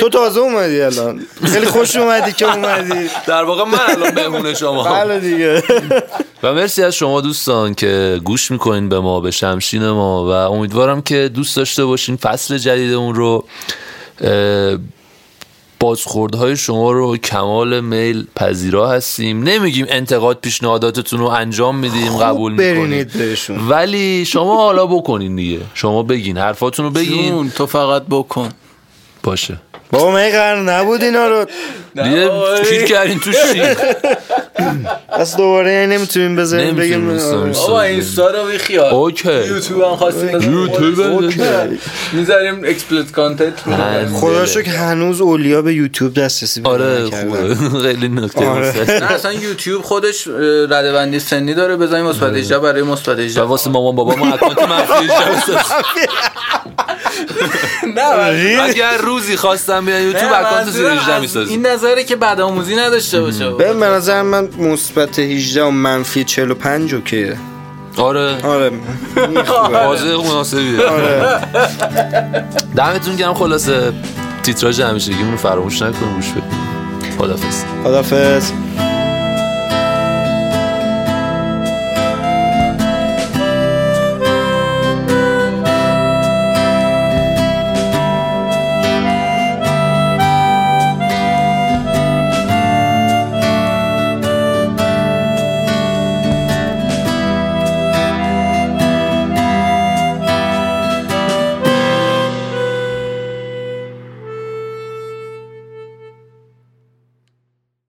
[SPEAKER 3] تو تازه اومدی الان خیلی خوش اومدی که اومدی
[SPEAKER 1] در واقع من الان مهمون شما
[SPEAKER 3] بله دیگه
[SPEAKER 1] و مرسی از شما دوستان که گوش میکنین به ما به شمشین ما و امیدوارم که دوست داشته باشین فصل جدیدمون رو اه، بازخوردهای شما رو کمال میل پذیرا هستیم نمیگیم انتقاد پیشنهاداتتون رو انجام میدیم قبول میکنیم
[SPEAKER 3] برینید بهشون
[SPEAKER 1] ولی شما حالا بکنین دیگه شما بگین حرفاتون رو بگین
[SPEAKER 2] جون تو فقط بکن
[SPEAKER 1] باشه
[SPEAKER 3] بابا من قرار نبود اینا رو
[SPEAKER 1] دیگه
[SPEAKER 2] آره.
[SPEAKER 1] شیر کردین تو شیر
[SPEAKER 3] از دوباره یعنی نمیتونیم بذاریم
[SPEAKER 1] نمی‌تونیم
[SPEAKER 3] بگیم
[SPEAKER 1] دوستان.
[SPEAKER 3] آره.
[SPEAKER 2] بابا اینستا رو بیخیال
[SPEAKER 1] اوکی
[SPEAKER 2] یوتیوب هم خواستیم بزنیم.
[SPEAKER 1] یوتیوب هم
[SPEAKER 2] اوکی. میذاریم اکسپلیت کانتنت می‌ذاریم.
[SPEAKER 3] خدا شکر که هنوز اولیا به یوتیوب دسترسی پیدا
[SPEAKER 1] آره
[SPEAKER 3] نکردن.
[SPEAKER 1] خوبه خیلی نکته
[SPEAKER 3] آره.
[SPEAKER 1] مستش.
[SPEAKER 2] نه اصلا یوتیوب خودش اه، ردبندی سنی داره بزنیم مثبت 18 برای مثبت
[SPEAKER 1] و
[SPEAKER 2] 18
[SPEAKER 1] واسه مامان بابا ما اکانت منفی جلسه.
[SPEAKER 2] نه
[SPEAKER 1] اگر روزی خواستم بیان یوتیوب
[SPEAKER 2] نه،
[SPEAKER 1] اکانت
[SPEAKER 2] منظورم
[SPEAKER 1] 18
[SPEAKER 2] از
[SPEAKER 1] میسازیم
[SPEAKER 2] این نظره که بعد آموزی نداشته باشه
[SPEAKER 3] به به نظر من مثبت 18 و منفی 45 اوکیه
[SPEAKER 1] آره
[SPEAKER 3] آره این خوبه.
[SPEAKER 1] واضح مناسبیه
[SPEAKER 2] آره.
[SPEAKER 1] آره. دمتون گرم خلاصه تیتراژ همیشگیمون رو فراموش نکنیم گوش بدیم خدافظ
[SPEAKER 3] خدافظ